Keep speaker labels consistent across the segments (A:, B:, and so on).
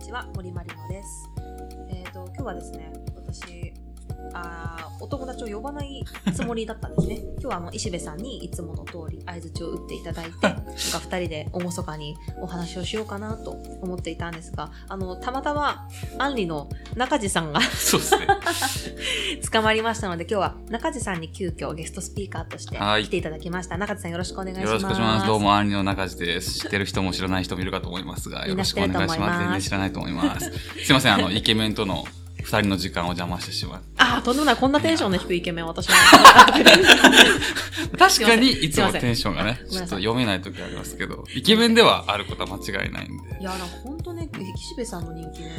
A: ちは森まりのです。えっ、と今日はですね、私あーお友達を呼ばないつもりだったんです ね。今日はあの石部さんにいつもの通り相槌を打っていただい て、なんか二人で厳かにお話をしようかなと思っていたんですが、あのたまたまアンリの中地さんが
B: そうですね。
A: 捕まりましたので、今日は中地さんに急遽ゲストスピーカーとして
B: はい
A: 来ていただきました。中地さんよろしくお願いします。
B: よろしくお願いします。どうも、アンリの中地です。知ってる人も知らない人もいるかと思いますが、
A: み
B: よ
A: んな
B: ろ
A: 知っ
B: してく
A: る
B: お
A: と
B: 願
A: 思い
B: い
A: ます
B: します。全然知らないと思い ます。すいません、あの、イケメンとの二人の時間を邪魔してしまって。
A: あーとんでもない。こんなテンションの低いイケメン、 私も。
B: 確かに、
A: すいません
B: いつもテンションがね、
A: ごめんな
B: ちょっと
A: さい
B: 読めない時ありますけど、イケメンではあることは間違いないんで
A: い。や、なんか本当ね、岸部さんの人気ね。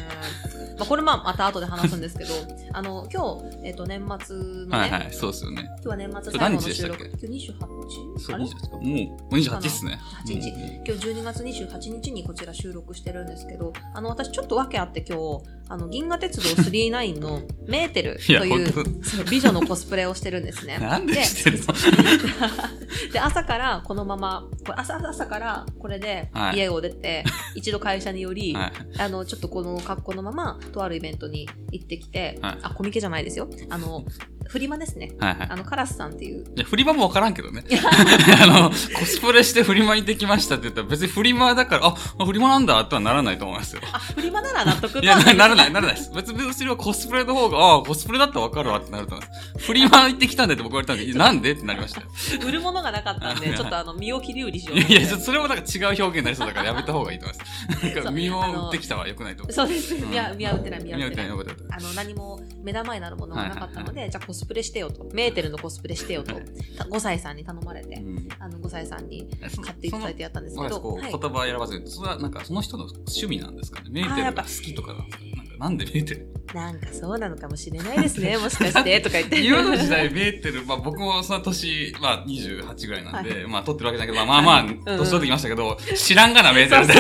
A: まあ、これまあ、また後で話すんですけ ど、あの、今日、えっ、と、年末のね、
B: はいはい、そうですよね。
A: 今日は年末最後の収録。
B: 今
A: 今日
B: そ
A: 28? あ
B: う、
A: れ
B: 28ですかもう、28ですね。
A: 28日今日12月28日にこちら収録してるんですけど、あの、私ちょっと訳あって今日、あの、銀河鉄道39の メーテルと
B: いや
A: い
B: 本
A: う、その美女のコスプレをしてるんですね
B: うん。 なんでしてるの
A: で朝からこのままこれ朝朝からこれで
B: はい
A: 家を出て、一度会社に寄り、
B: はい
A: あのちょっとこの格好のままとあるイベントに行ってきて、
B: はい
A: あコミケじゃないですよあ のフリマですね
B: はいはい
A: あ。のカラスさんって いう
B: いや、フリマもわからんけどね。あの、コスプレしてフリマにできましたって言ったら、別にフリマだから、あ、あフリマなんだとはならないと思いますよ。
A: あフリマなら納得
B: いや、ななら
A: い
B: ない、ならないです。別にそれはコスプレの方が、ああ、コスプレだったらわかるわってなると思います。フリマ行ってきたんでって僕言われたんで、いやなんでってなりましたよ。
A: 売るものがなかったんで
B: あ
A: ちょっとあの身を切り売りしよう
B: い
A: と
B: や
A: 思って
B: いや、ちょっとそれもなんか違う表現になりそうだからやめた方がいいと思います。な ん
A: そ
B: か、
A: う
B: 身を売ってきたは良くないと思う。
A: そうです
B: ん
A: 見合う見合うってない見合うってない
B: 見合うってない見合うってない
A: あの何も目玉になるものがなかったので、じゃあコスプレしてよとメーテルのコスプレしてよと
B: はい
A: 5歳さんに頼まれて、
B: うん
A: あの5歳さんに
B: そ
A: 買っていただいてやったんです
B: その
A: け
B: まあ
A: ど、
B: こう
A: はい
B: 言葉を選ばずに、それはなんかその人の趣味なんですかね。メーテ
A: あーや
B: ル
A: っぱ
B: が好きとかなんですかなんかなんでメーテル
A: なんかそうなのかもしれないですね、もしかしてとか言って。
B: 今の時代、メーテル、まあ僕もその年、まあ28ぐらいなんで、
A: は
B: まあ取ってるわけだけど、まあまあま
A: うん
B: あ、年取ってきましたけど、知らんがな、メーテルで。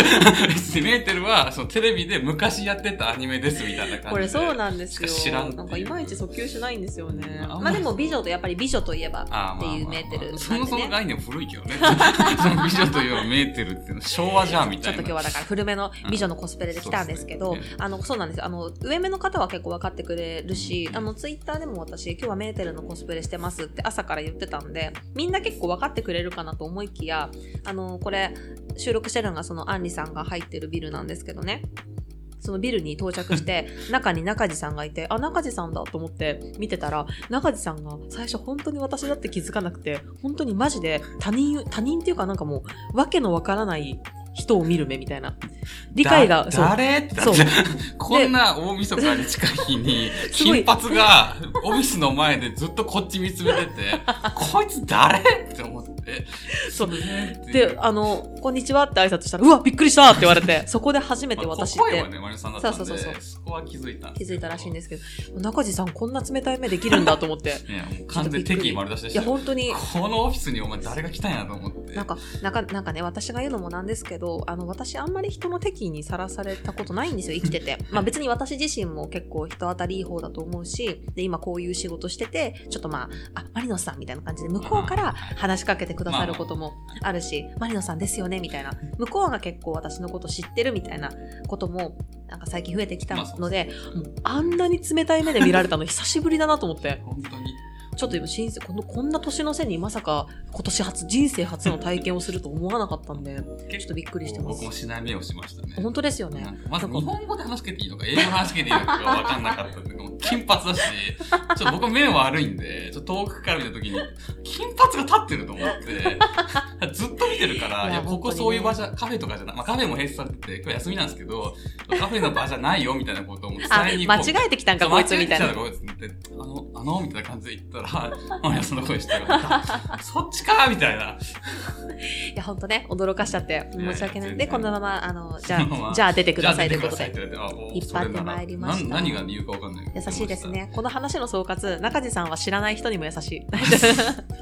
B: 別にメーテルは、そのテレビで昔やってたアニメですみたいな感じで。
A: これそうなんですよ。
B: しか知らんっていう
A: なんかいまいち訴求しないんですよね。
B: うんあんま
A: まあでも美女とやっぱり美女といえばっ
B: ああ
A: て
B: まあまあまあ
A: いうメーテルなんでね。
B: そもそも概念古いけどね。その美女といえばメーテルっていうのは昭和じゃんみ
A: ち
B: た
A: ょ
B: い
A: っ
B: な。
A: と今日はだから古めの美女のコスプレで来たんですけど、
B: うんそうです
A: あのそうなんですよあの上目の方は結構分かってくれるし、
B: うん
A: あのツイッターでも私今日はメーテルのコスプレしてますって朝から言ってたんでみんな結構分かってくれるかなと思いきやあのこれ収録してるのがそのアンリさんが入ってるビルなんですけどねそのビルに到着して中に中地さんがいてあ中地さんだと思って見てたら中地さんが最初本当に私だって気づかなくて本当にマジで他人他人っていうかなんかもうわけのわからない人を見る目みたいな理解が
B: だ
A: そう
B: 誰ってなっ
A: そ
B: て
A: う
B: こんな大晦日に近い日に、
A: すごい
B: 金髪がオフィスの前でずっとこっち見つめてて、 こいつ誰って思って。
A: そう
B: ねっていう
A: で、あの、こんにちはって挨拶したら、うわ、びっくりしたって言われて、そこで初めて
B: まあ
A: 私っ
B: 声
A: て
B: はね、マリオさんだったんで、
A: そ
B: そう
A: そうそうそう
B: こは気づいたん
A: 気づいたらしいん
B: で
A: ですけど、中地さんこんな冷たい目できるんだと思って。
B: すけど。いや、もう完全に敵丸出しで
A: い
B: し
A: や、
B: たよ。
A: 本当に、
B: このオフィスにお前誰が来たんやと思って。
A: なんか、なんか、なんかね、私が言うのもなんですけど、あの、私あんまり人の敵意にさらされたことないん ですよ、生きてて。まあ別に私自身も結構人当たりいい方だと思うし、で、今こういう仕事してて、ちょっとまあ、あ、マリノさんみたいな感じで、向こうから話しかけてくださることもあるし、マリノさんですよね、みたいな。向こうが結構私のこと知ってるみたいなことも、なんか最近増えてきた
B: まあそう
A: ので、もうあんなに冷たい目で見られたの久しぶりだなと思って。
B: 本当に。
A: ちょっと今新鮮このこんな年の瀬にまさか今年初人生初の体験をすると思わなかったんでちょっとびっくりしてます
B: 僕もしない目をしましたね。
A: 本当ですよ
B: な
A: ね
B: んかまず日本語で話しかけていいのか、英語で話しかけていいのかが分かんなかったっていうか、もう金髪だし、ちょっと僕目悪いんで、ちょっと遠くから見たときに、金髪が立ってると思って、ずっと見てるから、
A: いや
B: いや、こ
A: 本当
B: こ
A: にね
B: そういう場じゃ、カフェとかじゃない、まあカフェも閉鎖されてて、今日休みなんですけど、カフェの場じゃないよみたいなことを伝
A: あ
B: えに
A: 間
B: 行こう。
A: 違えてきたんかこいつみたいな
B: そう間違えてきたのこいつってあの、あのみたいな感じで言ったら、マリアそんな声してるから、そっちかみたいな。
A: いや本当ね驚かしちゃって申し訳ないんで
B: いやいや全然
A: このままあのじゃ
B: そのま
A: あ
B: ま
A: じゃあ出てく
B: じ
A: だ
B: ゃあ
A: さい
B: 出
A: という
B: て
A: こ
B: くだ
A: と
B: さ
A: で
B: いって言われて、あお
A: 引っ張ってまいりました
B: それならな何が理由か分かんないけど
A: 優しいです。ねこの話の総括中地さんは知らない人にも優し い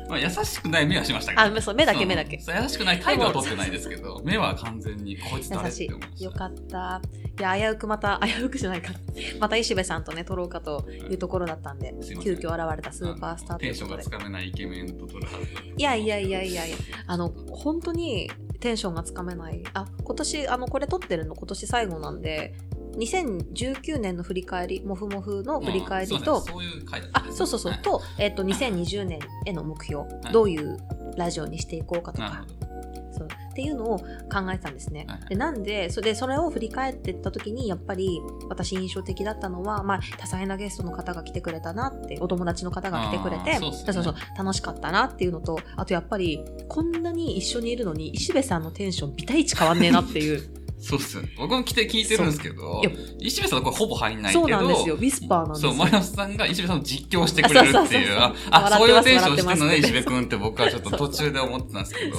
B: まあ、優しくない目はしましたけど。
A: あそう目だけ目だけ
B: うんそう優しくない態度は取ってないですけど、目は完全にこいつ誰
A: 優
B: っ
A: して
B: 思いまし
A: い
B: た。
A: よかったいや危うくまた危うくじゃないかまた石部さんとね撮ろうかというところだったんで、
B: すいませ
A: 急
B: ん
A: 遽現れたスーパースターと
B: テ
A: い
B: ン
A: う
B: シ
A: こ
B: ョ
A: と
B: ンが
A: で
B: つかめないイケメンとトラハル
A: いやいやいやいやいや、あの、本当にテンションがつかめない。あ、今年、あの、これ撮ってるの今年最後なんで、 2019年の振り返りモフモフの振り返りと、
B: うんそうですねそういう回だったん
A: あ
B: ですね
A: そうそうそう、
B: はい
A: と,、えっと2020年への目標、
B: い
A: どういうラジオにしていこうかと
B: な
A: か
B: るほ
A: そうっていうのを考えてたんですね。
B: はいはい
A: でなんでそれでそれを振り返ってった時にやっぱり私印象的だったのは、まあ、多彩なゲストの方が来てくれたなってお友達の方が来てくれ
B: あ
A: て
B: ーそうっすね
A: そうそう楽しかったなっていうのとあとやっぱりこんなに一緒にいるのに石部さんのテンションビタイチ変わんねえなっていう
B: どそうっすよね。僕も来て聞いてるんですけど
A: そういや、
B: 石部さんの声ほぼ入ん ないけ
A: そ
B: ど、
A: うなんですよウィスパーなんです
B: そう、
A: よ。
B: マリノスさんが石部さんを実況してくれるっていう、
A: あそ
B: あ
A: うそうそう
B: あ、そういうテンションしてるのね、
A: 笑ってます
B: 石部君って僕はちょっと途中で思ってたんですけど、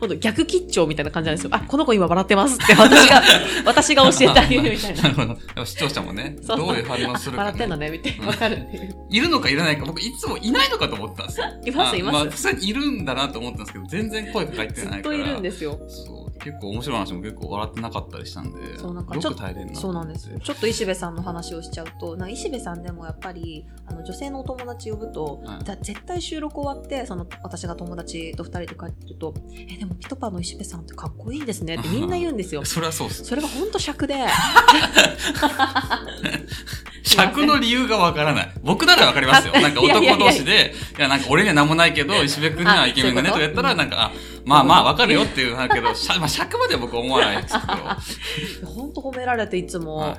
A: ほんと逆吉兆みたいな感じなんですよ。あ、この子今笑ってますって私が、私が教えてあげるみたい
B: な
A: な。
B: るほど。でも視聴者もね、
A: そ
B: ど
A: う
B: ういう反応するか、
A: 笑ってんのね、みたいな。わかるっていう。
B: いるのかいらないか、僕いつもいないのかと思ってたんですよ。
A: います、い
B: あ
A: ま
B: あ、
A: す。
B: それいるんだなと思ったんですけど、全然声かかって
A: ず
B: な
A: っ
B: い
A: と
B: から。
A: いるんですよ。
B: そう。結構面白い話も結構笑ってなかったりしたんで、
A: そうなんか
B: よ
A: ちょっ
B: く
A: と
B: 耐えれんなと
A: そう
B: 思
A: な
B: っ
A: ん
B: て。
A: ですよちょっと石部さんの話をしちゃうとなんか石部さんでもやっぱりあの女性のお友達呼ぶと、
B: はい
A: じゃ絶対収録終わってその私が友達と2人で帰ってると「えでもピトパの石部さんってかっこいいんですね」
B: 。
A: ってみんな言うんですよ
B: それはそうっす。
A: それがほんと尺で
B: 尺の理由がわからない。僕ならわか りますよ。
A: あ
B: なんか
A: いやいやいや
B: 男同士で、いや、なんか俺には何もないけど、石部君にはイケメンがね、
A: あ
B: と
A: そう
B: か
A: い
B: や
A: うこと
B: ったら、なんか、あ、まあまあわかるよっていう、なんだけど、しゃまあ、尺までは僕は思わないですけど。
A: ほんと褒められていつも、
B: はい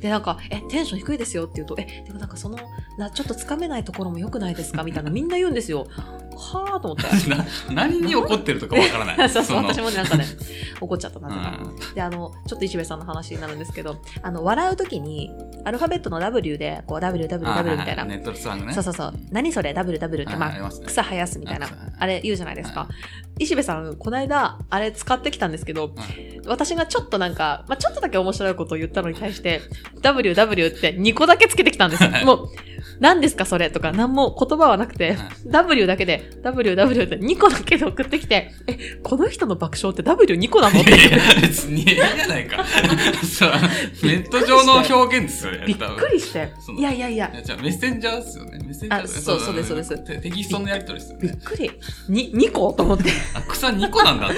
A: でなんか「えテンション低いですよ」って言うと「えでもなんかそのなちょっとつかめないところも良くないですか?」みたいなみんな言うんですよ。はあと思って。
B: な何に怒ってるとかわからない。
A: そうそう
B: の
A: 私もねなん かね怒っちゃったな
B: う
A: とか。
B: ん
A: であのちょっと石部さんの話になるんですけどあの笑う時にアルファベットの W でこう WWW み
B: あー
A: たいな、
B: ネットツアーのね。
A: そうそうそう
B: うん
A: 何それ WW って、
B: はい
A: ま
B: あり
A: あ
B: ますね
A: 草生やすみたいな
B: あ草生やす
A: あれ言うじゃないですか、
B: は
A: 石部さんこの間あれ使ってきたんですけど、
B: は
A: 私がちょっとなんか、まあ、ちょっとだけ面白いことを言ったのに対して WW って2個だけつけてきたんですよ
B: はい
A: もう何ですかそれとか何も言葉はなくて、
B: はい
A: W だけで WW って2個だけで送ってきてえこの人の爆笑って W2 個なのっ
B: い
A: て
B: やいや、別にいいじゃないか。 そうネット上の表現ですよね。
A: びっくりして
B: そ。の
A: いやいやいや、
B: じゃあメッセンジャーっすよね。メッセンジャー
A: あそうそうですそうです
B: テテキストのやりとりですよ
A: びっ
B: ね。
A: くり。に、2個と思って。
B: あ、草2個なんだと。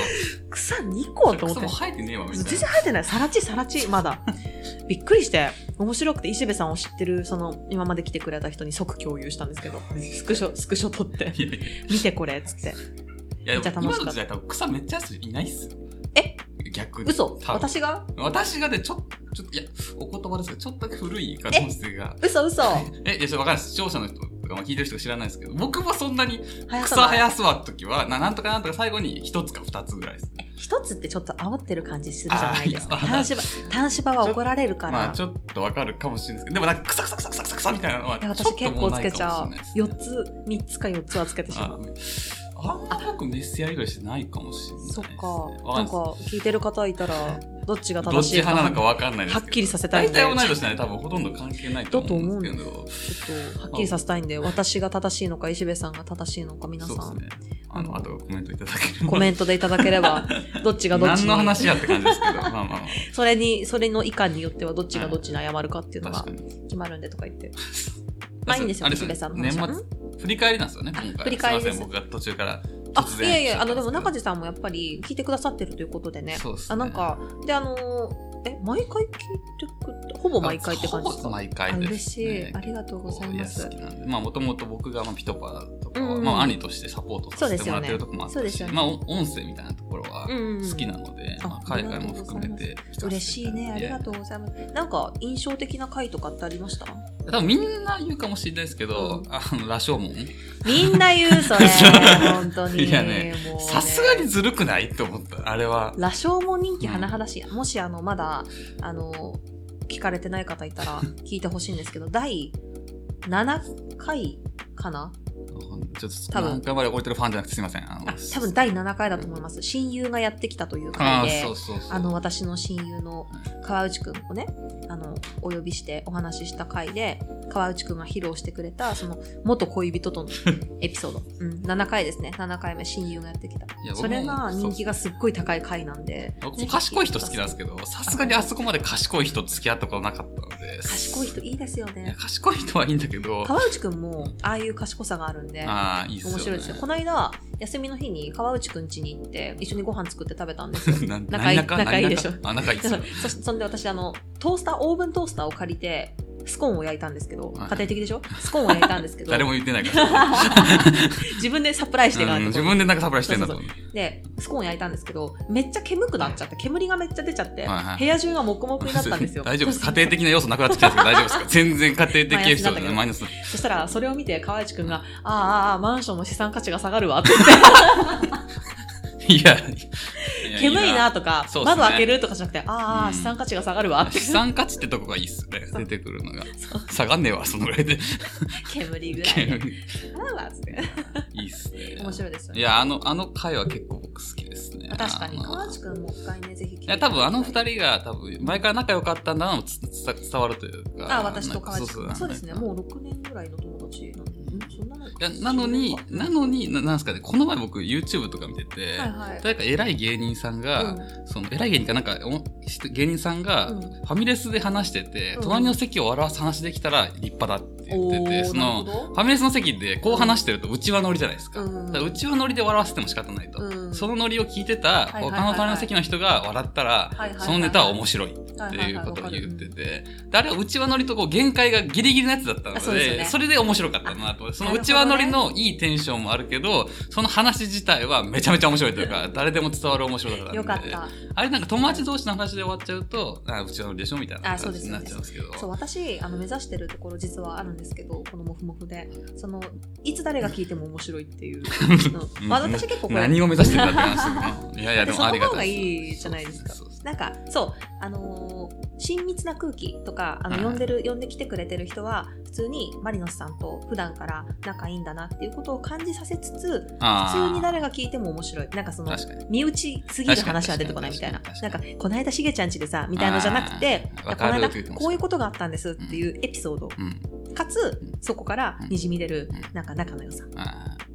A: 草2個と思って
B: 草も。生えてねえわ、み
A: 全
B: たい
A: 然生えてない。さらちさらち、まだ。びっくりして、面白くて、石部さんを知ってる、その、今まで来てくれた人に即共有したんですけど、スクショ、スクショ撮って、
B: な。い
A: 見てこれ、つって。
B: や
A: め
B: いや、い
A: っちゃ楽しか
B: や
A: った
B: 今の時代多分草めっちゃやついないっすよ。
A: え
B: 逆に。
A: 嘘
B: 多分
A: 私が
B: 私がね、ちょっと、ちょっと、いや、お言葉ですけど、ちょっとだけ古い可能性が。
A: 嘘嘘
B: え、いや、ちょっとわかんないです。視聴者の人とか、まあ聞いてる人が知らないですけど、僕もそんなに
A: 早
B: 草生やすわ時は、ななんとかなんとか最後に一つか二つぐらいです。
A: 一つってちょっと煽ってる感じするじゃないですか。
B: あいや
A: 短芝、短芝は怒られるから。
B: まあちょっとわかるかもしれないですけど、でもなんかクサクサクサクサクサクサみたいなのはい
A: や私
B: ちょっと
A: 結
B: も
A: 構
B: う
A: つ
B: な
A: け
B: い
A: ち
B: か
A: ゃ
B: も
A: う
B: しれないです、ね。
A: 4つ3つか4つはつけてしま
B: あ
A: う
B: あんま僕メッセやり取りしてないかもしれないです、
A: そっ
B: ね。
A: か
B: わ
A: なん
B: ん
A: か
B: ない
A: 聞いてる方いたらどっちが
B: ですど
A: 正
B: っ
A: しい
B: ち派なのか
A: は
B: わかんないですけど。
A: はっきりさせたいん
B: 大
A: で
B: 体同い年なんで多分ほとんど関係ないと思うんですけど。
A: ちょっとはっきりさせたいんで私が正しいのか石部さんが正しいのか皆さ、
B: そうんですね。あの、あとコメントいただければ。
A: コメントでいただけれ ばどっちがどっち
B: 何
A: に
B: の話やって感じですけど、まあまあ まあ。
A: それにそれの以下によってはどっちがどっちに謝るかっていうのが
B: 確かに。
A: 決まるんでとか言ってまあいいんですよ
B: あれ
A: 石部さんの
B: 年
A: 話は
B: 末、振り返りなんですよね、
A: あ
B: 今回。
A: 振り返りです
B: すいません、僕が途中から
A: あ
B: 突
A: い
B: 然。
A: やいやあのでも中地さんもやっぱり聞いてくださってるということでね
B: そうですね
A: あなんかであのえ毎回聞いてくほぼ毎回って感じです
B: ほ
A: か
B: ぼ毎回です、
A: あ嬉しいありがとうございます
B: 結構お安いなんでまあ、もともと僕がまあピトパとか、
A: うんうん
B: まあ、兄としてサポートさせてもらってるとこもあっ
A: そう
B: た
A: で
B: し、
A: すよね
B: まあ、お音声みたいなところは
A: うん
B: 好きなので、
A: あ
B: まあ、海外も含めて聞かせてただて
A: 嬉しいねありがとうございますなんか印象的な回とかってありま した
B: 多分みんな言うかもしれないですけど、
A: う
B: あの、羅生門。
A: みんな言うそれ 本当に
B: いやね
A: もうね
B: さすがにずるくないって思った、あれは。
A: 羅生門人気甚だしい、もしあのまだあの聞かれてない方いたら聞いてほしいんですけど第7回かな
B: ちょっと、
A: 多分
B: 何回まで置いてるファンじゃなくてすいません。あの
A: あ多分第7回だと思います親友がやってきたという
B: あ
A: 回
B: あ、
A: で
B: そうそうそう。
A: あの私の親友の川内くんをねあのお呼びしてお話しした回で川内くんが披露してくれたその元恋人 とのエピソード、うん、7回ですね7回目親友がやってきた
B: いや僕も
A: それが人気がすっごい高い回なんで
B: 僕も賢い人好きなんです
A: け
B: けど、さすがにあそこまで賢い人と付き合ったことなかったので。
A: 賢い人いいですよ
B: いや
A: ね
B: 賢い人はいいんだけど、
A: 川内くんもああいう賢さがあるんで
B: ああ、いいっすよ、
A: 面
B: ね。
A: 白いですよこの間休みの日に川内くん家に行って一緒にご飯作って食べたん ですよ
B: な
A: 仲いい
B: 何仲
A: 仲いい
B: 何
A: でしょ
B: 仲あ、仲いいっす よ。
A: そそんで私あのトースターオーブントースターを借りてスコーンを焼いたんですけど、
B: はい
A: 家庭的でしょスコーンを焼いたんですけど
B: 誰も言ってないから。
A: 自分でサプライしてがあ
B: う
A: っ
B: ん
A: て
B: 自分でなんかサプライしてんだと思う。
A: でスコーン焼いたんですけどめっちゃ煙くなっちゃって煙がめっちゃ出ちゃって、
B: はいはい
A: 部屋中がもくもくになったんですよ
B: 大丈夫です。家庭的な要素なくなってきたんですけど、大丈夫ですか全然家庭的要素じゃないマ
A: マ
B: イ
A: イ
B: ナス。
A: そしたらそれを見て川内くんが「ああああマンションの資産価値が下がるわ」って言って
B: いや、
A: 「煙いな」とか、
B: そうっすね
A: 窓開ける」とかじゃなくて「ああ、
B: うん
A: 資産価値が下がるわ」 って
B: 資産価値ってとこがいいっすね。出てくるのが。
A: そう
B: 下がんねえわ、そのぐらいで。
A: 煙ぐらい で
B: い
A: 「ああわ」っつって
B: いっすね。
A: 面白いですよ
B: い
A: ね
B: や、あの、あの回は結構僕好きですね。
A: 確かに
B: あの
A: 川内くんもう一回ねぜひ聞い
B: い
A: て
B: や、多分あの二人が多分前から仲良かったんだなのもつつ伝わるというか。
A: あ私と川内くん
B: なんか
A: そうですねも
B: う。
A: う6年ぐらいの友達なんでんそんなの
B: いや
A: か
B: なのに、なのに、ななんですかね、この前僕 YouTube とか見てて、
A: はいはい
B: 誰か偉い芸人さんが、その偉い芸人かなんかおし芸人さんが、
A: うん
B: ファミレスで話してて、
A: うん
B: 隣の席を笑わす話できたら立派だって言ってて、
A: おー
B: そ
A: なるほ
B: の
A: ど
B: ファミレスの席でこう話してると内輪ノリじゃないですか。
A: うん
B: だから内輪ノリで笑わせても仕方ないと。
A: うん
B: そのノリを聞いてた、
A: はいはいはいはい
B: 他の隣の席の人が笑ったら、
A: いはいはいはい
B: そのネタは面白いっ
A: って
B: いうことを言ってて、であれは内輪ノリとこう限界がギリギリのやつだったので、
A: あそ
B: そう
A: ですよね
B: れで面白かったなと。その
A: なるほ
B: 内
A: どね
B: 輪ノリのいいテンションもあるけど、その話自体はめちゃめちゃ面白いというか、誰でも伝わる面白さだったんで。
A: よかった
B: あれなんか友達同士の話で終わっちゃうと、あうちのでしょみたいな
A: あそう
B: 感
A: で
B: じ
A: す
B: になっちゃうんですけど。
A: そう私あの目指してるところ実はあるんですけどこのモフモフでそのいつ誰が聞いても面白いって いう
B: うん
A: まあ私結構これ
B: 何を目指してんだって話ですよね。いやいや、
A: で
B: で
A: そ
B: も
A: の
B: ありが
A: 方
B: た
A: が
B: い
A: いいじゃないですか
B: そうそうそう
A: なんかそうあのー親密な空気とかあ
B: は
A: の
B: い
A: 呼んでる呼んできてくれてる人は普通にマリノスさんと普段から仲いいんだなっていうことを感じさせつつ
B: あー
A: 普通に誰が聞いても面白いなんかその
B: 確かに。
A: 身内すぎる話は出てこないみたいな
B: 確かに
A: なん
B: 確か
A: か
B: に
A: この間しげちゃんちでさみたいのじゃなくて
B: あー
A: いやこの
B: わかる
A: 間
B: って言ってました
A: こういうことがあったんですっていうエピソード
B: うん。
A: かつ
B: うん
A: そこからにじみ出る
B: うん
A: なんか仲の良さ
B: あー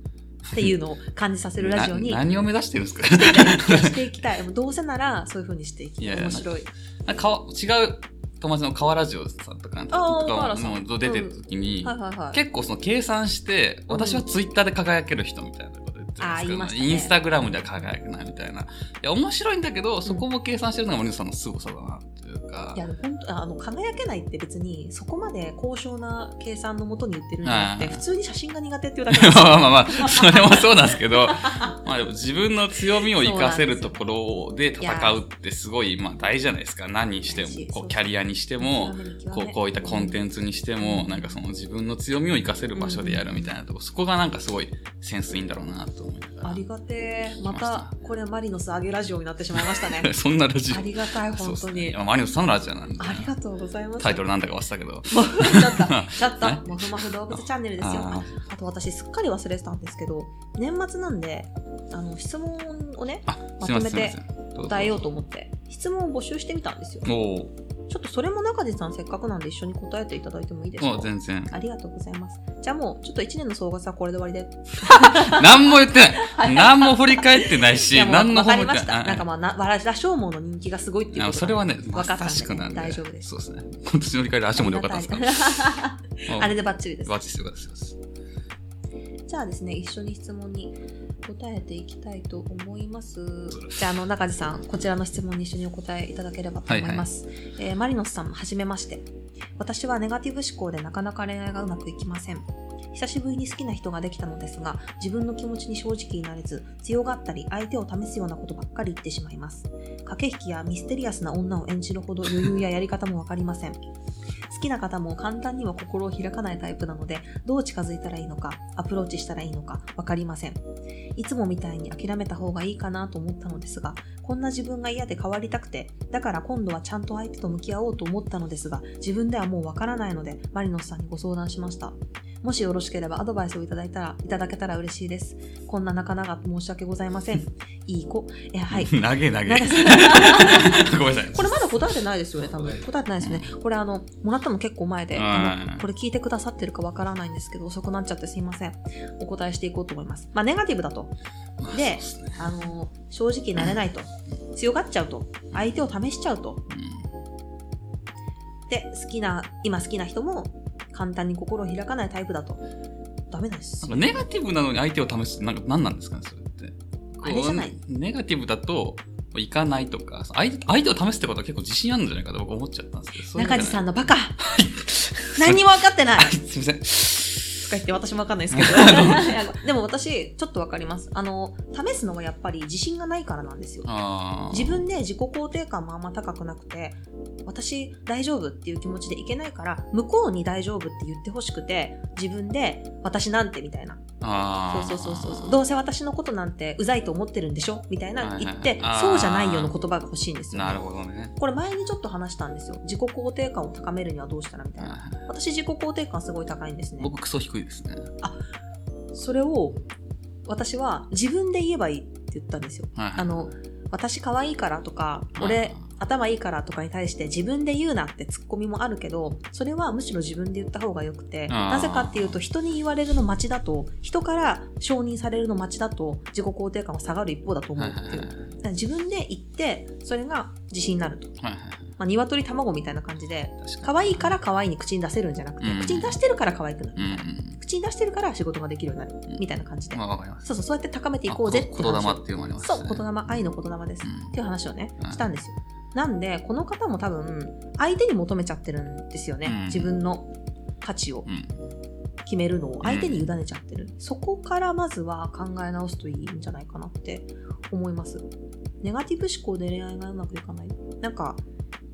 A: っていうのを感じさせるラジオに
B: な何を目指してるんですか
A: していきたい もうどうせならそういう風にしていき
B: い
A: た
B: や
A: い
B: いや
A: 面白い
B: なんかかわ違う友達の河原城さんとかと
A: あー河
B: か
A: 原さん
B: ももう出てる時に、
A: はいはいはい
B: 結構その計算して、
A: うん
B: 私はツイッターで輝ける人みたいなこと言って
A: あ
B: ま
A: ー
B: すけ
A: 言い
B: ど、
A: ましたね
B: インスタグラムでは輝けないみたいな。いや、面白いんだけど、そこも計算してるのが森内さんの凄さだな、というか。
A: いや本当あの輝けないって別にそこまで高尚な計算のもとに言ってるんじゃなくて
B: あー
A: 普通に写真が苦手っていうだけ なんですよ
B: まあまあまあ、それもそうなんですけど、 まあでも自分の強みを活かせるところで戦うってすごい、まあ大事じゃないですか。何にして
A: 大事
B: も、こ
A: そう
B: うキャリアにしても、こうこういったコンテンツにしても、なんかその自分の強みを活かせる場所でやるみたいなとこ、そこがなんかすごいセンスいいんだろうなと思いな
A: あ
B: が
A: りがてえまたこれマリノス上げラジオになってしまいま したね
B: ら。そんなラジオ
A: あ。りがたい
B: そ
A: 本
B: うっ
A: 当
B: す
A: に
B: ね。マリオさんのラジオなんで。
A: ありがとうございます
B: タイトルなんだか忘れたけど。
A: も うちょっと、ちょっ
B: ね
A: と、もふもふ動物チャンネルですよ。
B: あ
A: あと私、すっかり忘れてたんですけど、年末なんで、あの、質問をね、
B: あ、すいません、すいません。
A: 答えようと思って、質問を募集してみたんですよ。ちょ
B: お
A: っとそれも中地さん、せっかくなんで一緒に答えていただいてもいいです
B: お、もう
A: か
B: 全然。
A: ありがとうございます。じゃあもう、ちょっと1年の総括はこれで終わりで。
B: 何も言ってない。何も振り返ってない
A: い
B: し、
A: やもう
B: 何の
A: わか
B: 本も
A: り
B: 言
A: ま
B: っ
A: して
B: な
A: た。
B: い。
A: なんかまあ、なわら、羅生門の人気がすごいっていう
B: あ
A: こと
B: それはね、
A: わ
B: ま
A: かったんで
B: さしくなんで。
A: 大丈夫です
B: そうですね。今年の振り返り、足も良かったんです か
A: ありがたいあれ
B: で
A: でバッチリです
B: バ。ッチリしてよかったです。
A: じゃあですね、一緒に質問に答えていきたいと思います。じゃあ、あの、中地さん、こちらの質問に一緒にお答えいただければと思います。えーマリノスさん、はじめまして。私はネガティブ思考でなかなか恋愛がうまくいきません。久しぶりに好きな人ができたのですが、自分の気持ちに正直になれず、強がったり、相手を試すようなことばっかり言ってしまいます。駆け引きやミステリアスな女を演じるほど余裕ややり方もわかりません。好きな方も簡単には心を開かないタイプなので、どう近づいたらいいのか、アプローチしたらいいのかわかりません。いつもみたいに諦めた方がいいかなと思ったのですが、こんな自分が嫌で変わりたくて、だから今度はちゃんと相手と向き合おうと思ったのですが、自分ではもうわからないので、マリノスさんにご相談しました。もしよろしければアドバイスをいただいたら、いただけたら嬉しいです。こんな仲々と申し訳ございません。いい子。え、はい。
B: 投げ投
A: なんか
B: げ。 ごめんなさい。
A: これまだ答えてないですよね、多分。答えてないですね。これあの、もらったの結構前で、
B: うん
A: あのこれ聞いてくださってるかわからないんですけど、遅くなっちゃってすいません。お答えしていこうと思います。まあ、ネガティブだと。
B: まあそう
A: で
B: ですね
A: あの、正直になれないと。強がっちゃうと。相手を試しちゃうと。で、好きな、今好きな人も簡単に心を開かないタイプだと。ダメです
B: なんかネガティブなのに相手を試すってなんか何なんですかね、それって。
A: あれじゃない
B: こうネガティブだと、行かないとか、相手相手を試すってことは結構自信あるんじゃないかと僕思っちゃったんですけど。そういう
A: 中地さ
B: ん。
A: んのバカ 何にも分かってない
B: はい、すいません。
A: とか言って私もわかんない ですけど でも私ちょっとわかりますあの試すのはやっぱり自信がないからなんですよ
B: あー
A: 自分で自己肯定感もあんま高くなくて私大丈夫っていう気持ちでいけないから向こうに大丈夫って言ってほしくて自分で私なんてみたいなそ
B: あ
A: う
B: ー
A: そうそうそうそうどうせ私のことなんてうざいと思ってるんでしょみたいな言って
B: はいはいはい
A: そうじゃないよの言葉が欲しいんですよ
B: なるほどね。
A: これ前にちょっと話したんですよ自己肯定感を高めるにはどうしたらみたいな
B: はい
A: 私自己肯定感すごい高いんですね
B: 僕、クソ低いですね。
A: それを私は自分で言えばいいって言ったんですよ。
B: はいはい
A: あの、私可愛いからとか、
B: うん
A: 俺頭いいからとかに対して自分で言うなってツッコミもあるけど、それはむしろ自分で言った方が良くて、
B: ん
A: なぜかっていうと人に言われるの待ちだと、人から承認されるの待ちだと自己肯定感は下がる一方だと思
B: は
A: う
B: い
A: っ
B: はい
A: て
B: はい
A: いう。だから自分で言って、それが自信になると。
B: はいはい
A: まあ、鶏卵みたいな感じで、
B: 確か
A: 可愛いから可愛いに口に出せるんじゃなくて
B: う、ん
A: 口に出してるから可愛くな
B: に。うん
A: る。口に出してるから仕事ができるようになる。みたいな感じで
B: うん。ま。あ、わかります。
A: そうそう、そうやって高めていこうぜって
B: あ
A: 話
B: こ
A: を
B: 言霊っていうのもあります
A: そう、言
B: 霊。
A: 霊、愛の言霊です。
B: う
A: っ
B: ん
A: ていう話をね
B: う、ん
A: したんですよ。なんで、この方も多分、相手に求めちゃってるんですよね。
B: うん
A: 自分の価値を
B: うん
A: 決めるのを相手に委ねちゃってる。そこからまずは考え直すといいんじゃないかなって思います。ネガティブ思考で恋愛がうまくいかない。なんか、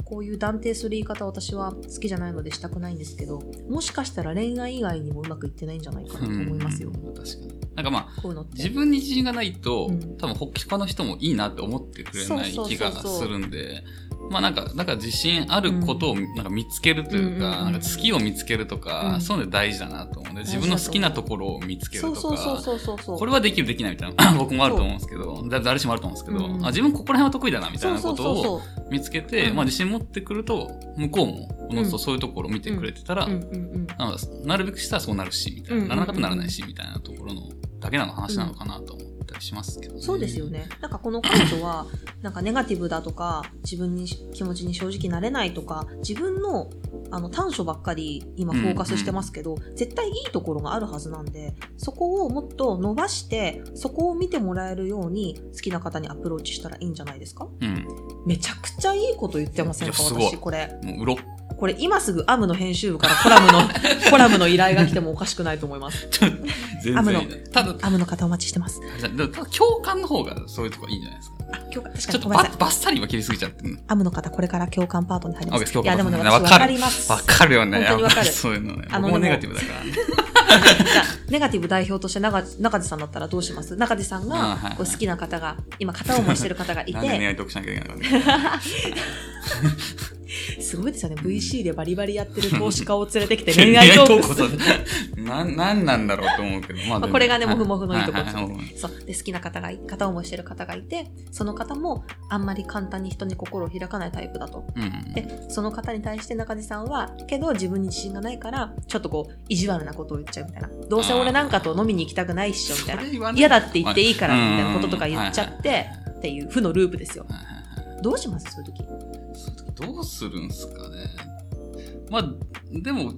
A: こういう断定する言い方私は好きじゃないのでしたくないんですけど、もしかしたら恋愛以外にもうまくいってないんじゃないかなと思いますよ。
B: うんうん確かに。なんかまあ、
A: こういうのって。
B: 自分に自信がないと、
A: うん
B: 多分他の人もいいなって思ってくれない
A: そうそうそうそう
B: 気がするんで、まあなんか、だから自信あることをなんか見つけるというか、
A: うんうんうんうん
B: なんか好きを見つけるとか、
A: うん
B: そういうの大事だなと思うんで、
A: 大事だと思
B: 自
A: う
B: 分の好きなところを見つけると
A: そう
B: か、
A: そうそうそうそうそう。
B: これはできるできないみたいな、 僕もあると思うんですけど、だ誰しもあると思うんですけど、
A: うんうん
B: あ自分ここら辺は得意だなみたい
A: そう
B: な
A: そ
B: こ
A: うそう
B: とを
A: そう
B: 見つけて、
A: うん
B: まあ自信持ってくると、向こうも、おのずとそういうところを見てくれてたら、
A: うんうんうん
B: なんかなるべくしたらそうなるし、みたいな。
A: うんうんうん
B: ならなかったらならないし、みたいなところのだけなの話なのかなと思ったりしますけど、
A: そうですよ。ね。なんかこの彼女は、 なんかネガティブだとか、自分に気持ちに正直なれないとか、自分のあの短所ばっかり今フォーカスしてますけど、絶対いいところがあるはずなんで、そこをもっと伸ばして、そこを見てもらえるように好きな方にアプローチしたらいいんじゃないですか
B: うん。
A: めちゃくちゃいいこと言ってませんか
B: いやすごい
A: 私、これ。
B: もう、うろ。
A: これ今すぐアムの編集部からコラム の、コラムの依頼が来てもおかしくないと思います。
B: ちょっと
A: ア
B: 全
A: ムの
B: 然いいな。ただ、
A: アムの方お待ちしてます。
B: あれだでもただ共感の方がそういうとこいいんじゃないですか。
A: あ、今日、確かに
B: ちょっと
A: ごめんな
B: ば
A: さい
B: ばっさり今切りすぎちゃってる
A: アムの方、これから共感パートに入りま
B: あ
A: す。
B: 共
A: いや、で
B: 感パ
A: も
B: ー
A: ね、
B: トね
A: 私わ
B: わかる
A: かります。
B: わかるよね。
A: 本当にわかる
B: やっぱりそういうのね。
A: あの
B: 僕も
A: で
B: ネ
A: も
B: ガティブだからね。
A: じゃあネガティブ代表として中中地さんだったらどうします中地さん
B: あはいは
A: が
B: い
A: こう好きな方が、今片思いしてる方がい
B: なんで恋
A: て、
B: 愛トークしなきゃいけないのかね。
A: すごいですよね。VC でバリバリやってる投資家を連れてきて恋愛トークする。
B: クなん、なんなんだろうと思うけど、ま
A: ま
B: あで
A: あ
B: も。
A: これがね、もふもふのいいとこ
B: は
A: ろ
B: は
A: です
B: は
A: よ
B: いは
A: ね。そう。で、好きな方がい、片思いしてる方がいて、その方もあんまり簡単に人に心を開かないタイプだと。
B: うんうん
A: で、その方に対して中地さんは、けど自分に自信がないから、ちょっとこう、意地悪なことを言っちゃうみたいな。どうせ俺なんかと飲みに行きたくないっしょ、みたいな
B: そ。れ言わない
A: 嫌だって言っていいからみたいなこととか言っちゃってっていう負のループですよ。
B: はいはいはい
A: どうしますそういう時。
B: そういう時どうするんすかね。まあ、でも、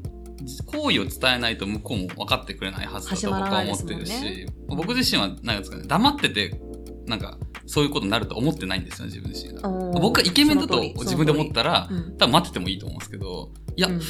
B: 好意を伝えないと向こうも分かってくれないはずだ
A: 始
B: と
A: ま
B: 僕
A: らな
B: は
A: いで
B: 思
A: す
B: っ
A: もん
B: て
A: ね。
B: るし、僕自身は、なんですかね、黙ってて、なんか、そういうことになると思ってないんですよ、自分自身が。僕はイケメンだと自分で思ったたら
A: そ、の通り
B: 多分待っててもいいと思うんですけど、いや、
A: うんうん